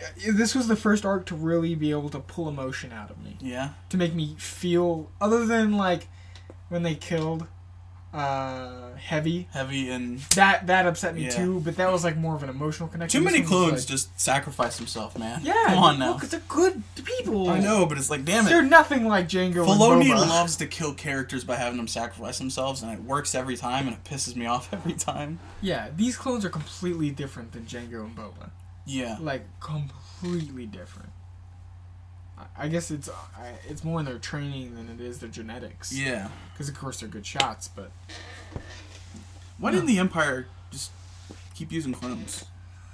S2: Uh, This was the first arc to really be able to pull emotion out of me,
S1: Yeah,
S2: to make me feel. Other than like when they killed uh, Heavy,
S1: heavy and
S2: that that upset me
S1: Yeah.
S2: too. But that was like more of an emotional connection.
S1: too
S2: This
S1: many
S2: one was,
S1: clones
S2: like-
S1: just sacrifice himself, man.
S2: yeah,
S1: come on now.
S2: Because they're good people.
S1: I know, but it's like, damn
S2: They're
S1: it.
S2: nothing like Django. and
S1: Filoni
S2: Boba.
S1: loves to kill characters by having them sacrifice themselves, and it works every time, and it pisses me off every time.
S2: Yeah, these clones are completely different than Django and Boba.
S1: Yeah,
S2: Like completely different. I- I guess it's I, it's more in their training than it is their genetics.
S1: yeah.
S2: Because of course they're good shots, but
S1: Why didn't the Empire just keep using clones?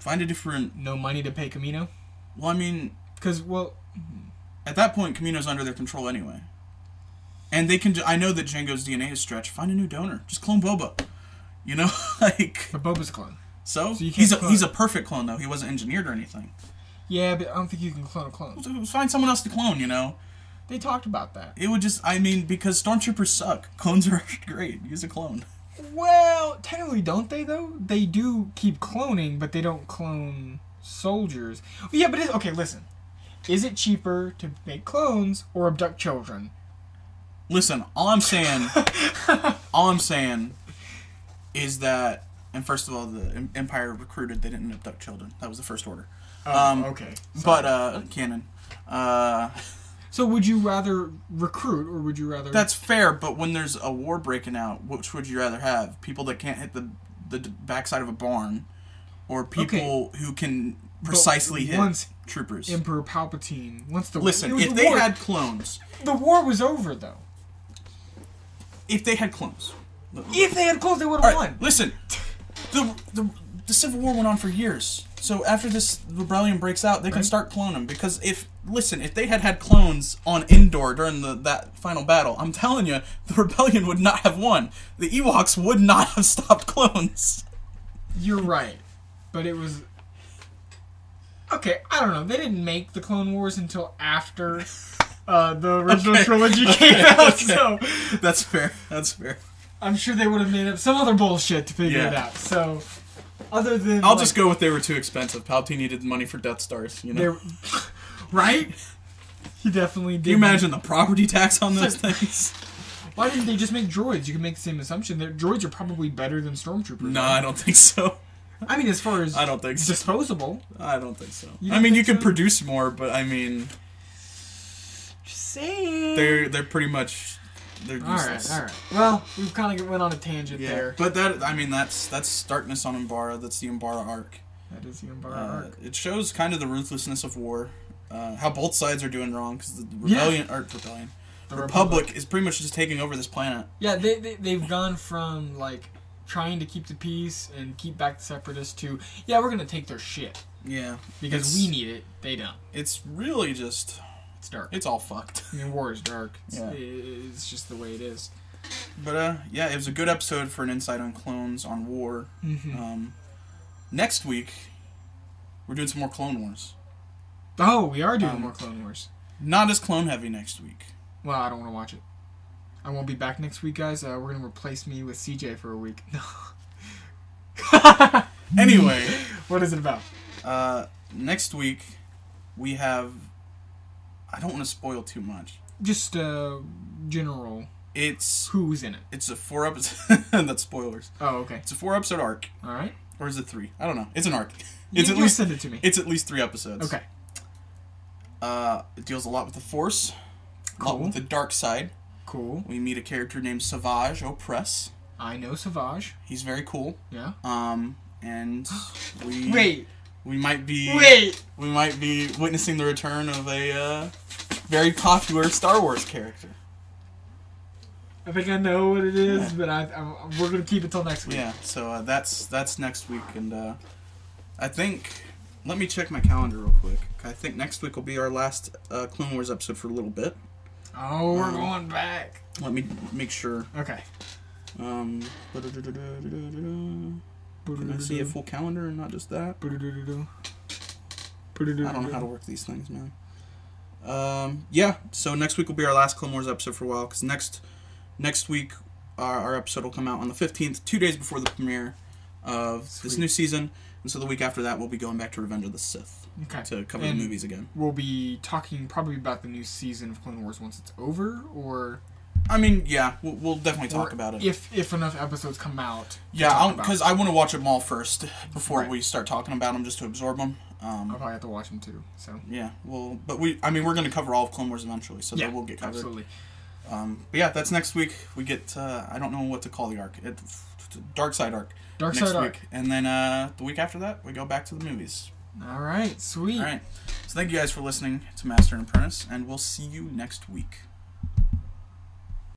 S1: Find a different.
S2: no money to pay Camino.
S1: Well, I mean,
S2: Because well,
S1: At that point, Camino's under their control anyway. And they can. ju- I know that Django's DNA is stretched. Find a new donor. Just clone Boba. You know, like
S2: but Boba's a clone.
S1: so.
S2: So you can't
S1: he's a
S2: clone.
S1: he's a perfect clone though. He wasn't engineered or anything.
S2: Yeah, but I don't think you can clone a clone.
S1: So Find someone else to clone. You know,
S2: They talked about that.
S1: it would just. I mean, because stormtroopers suck. Clones are great. Use a clone.
S2: Well, technically, don't they though? They Oh, do keep cloning, but they don't clone soldiers. Yeah, but it, okay, listen. Is it cheaper to make clones or abduct children?
S1: Listen, all I'm saying, all I'm saying, is that. And first of all, the em- Empire recruited. They didn't abduct children. That was the first order.
S2: Oh,
S1: Um,
S2: okay.
S1: But uh, canon. Uh,
S2: So would you rather recruit or would you rather?
S1: that's fair. But when there's a war breaking out, which would you rather have? People that can't hit the the d- backside of a barn, or people who can precisely hit
S2: once
S1: troopers?
S2: Emperor Palpatine. Once the it
S1: Listen,
S2: was
S1: if
S2: a
S1: they
S2: war.
S1: had clones,
S2: the war was over though.
S1: if they had clones,
S2: If they had clones, they would have
S1: All right,
S2: won.
S1: listen, the, the the Civil War went on for years. So after this rebellion breaks out, they can start cloning because if listen, if they had had clones on Endor during the that final battle, I'm telling you, the rebellion would not have won. The Ewoks would not have stopped clones.
S2: You're right, but it was. Okay, I don't know. They didn't make the Clone Wars until after uh, the original
S1: Okay,
S2: trilogy came out,
S1: okay.
S2: so
S1: That's fair. That's fair.
S2: I'm sure they would have made up some other bullshit to figure it
S1: Yeah.
S2: out. So, other than
S1: I'll
S2: like,
S1: just go with they were too expensive. Palpatine needed money for Death Stars. You know,
S2: there, right? He definitely did.
S1: you imagine the property tax on those things.
S2: Why didn't they just make droids? You can make the same assumption. Their droids are probably better than stormtroopers.
S1: No, I don't think so.
S2: I mean, as far as
S1: I don't think so.
S2: disposable.
S1: I don't think so.
S2: You
S1: I
S2: don't
S1: mean, you
S2: think
S1: could
S2: so?
S1: produce more, but I mean,
S2: Just saying.
S1: they're they're pretty much they're
S2: all right,
S1: useless.
S2: all right. Well, we've kind of went on a tangent
S1: Yeah,
S2: there.
S1: but that I mean that's that's darkness on Umbara. That's the Umbara arc.
S2: That is the Umbara
S1: Uh,
S2: arc.
S1: it shows kind of the ruthlessness of war, uh, how both sides are doing wrong because the rebellion or rebellion
S2: The
S1: republic, is pretty much just taking over this planet.
S2: Yeah, they, they they've gone from like trying to keep the peace and keep back the separatists to yeah, we're gonna take their shit
S1: Yeah,
S2: because
S1: It's-
S2: we need it. They don't.
S1: it's really just
S2: It's dark.
S1: it's all fucked.
S2: I mean, war is dark. It's,
S1: Yeah.
S2: i- i- it's just the way it is.
S1: But uh, yeah, it was a good episode for an insight on clones on war.
S2: Mhm.
S1: Um, next week, we're doing some more Clone Wars.
S2: Oh, we are doing
S1: Um,
S2: more Clone Wars.
S1: Not as clone heavy next week.
S2: Well, I don't want to watch it. I won't be back next week, guys. Uh, we're gonna replace me with CJ for a week. No.
S1: Anyway.
S2: what is it about?
S1: Uh, next week we have I don't want to spoil too much.
S2: Just uh, general.
S1: It's
S2: Who's in it?
S1: it's a four episode that's spoilers.
S2: Oh, okay.
S1: It's a four episode arc
S2: All right.
S1: or is it three? I don't know. It's an arc.
S2: You,
S1: It's at
S2: you
S1: least
S2: send it to me.
S1: it's at least three episodes.
S2: okay.
S1: Uh, it deals a lot with the force, a lot
S2: Cool.
S1: with the dark side.
S2: Cool.
S1: We meet a character named Savage Opress.
S2: I know Savage.
S1: He's very cool.
S2: Yeah.
S1: Um, and we
S2: Wait,
S1: we might be
S2: wait.
S1: we might be witnessing the return of a uh, very popular Star Wars character.
S2: I think I know what it is,
S1: Yeah.
S2: but I, I we're gonna keep it till next week.
S1: Yeah, so uh, that's that's next week, and uh, I think let me check my calendar real quick. I think next week will be our last uh, Clone Wars episode for a little bit.
S2: Oh, we're
S1: Um,
S2: going back.
S1: Let me make sure.
S2: Okay.
S1: Um, can I see a full calendar and not just that?
S2: I
S1: I don't know how to work these things, man. Um, yeah, so next week will be our last Clone Wars episode for a while because next next week our, our episode will come out on the fifteenth, two days before the premiere of this
S2: Sweet.
S1: new season, and so the week after that we'll be going back to Revenge of the Sith
S2: Okay.
S1: to cover
S2: And
S1: the movies again.
S2: We'll be talking probably about the new season of Clone Wars once it's over, or
S1: I mean, yeah, we'll, we'll definitely talk
S2: or
S1: about it.
S2: if if enough episodes come out. to talk
S1: yeah,
S2: about.
S1: because I want to watch them all first before
S2: Right.
S1: we start talking about them, just to absorb them. Um,
S2: I'll probably have to watch them too. So
S1: Yeah, well, but we, I mean, we're going to cover all of Clone Wars eventually, so
S2: yeah,
S1: that will get covered.
S2: absolutely.
S1: Um, but yeah, that's next week. We get uh, I don't know what to call the arc. It, Dark Side arc.
S2: Dark
S1: next
S2: Side
S1: week,
S2: Arc.
S1: and then uh, the week after that, we go back to the movies.
S2: All right, sweet.
S1: All right. So thank you guys for listening to Master and Apprentice, and we'll see you next week.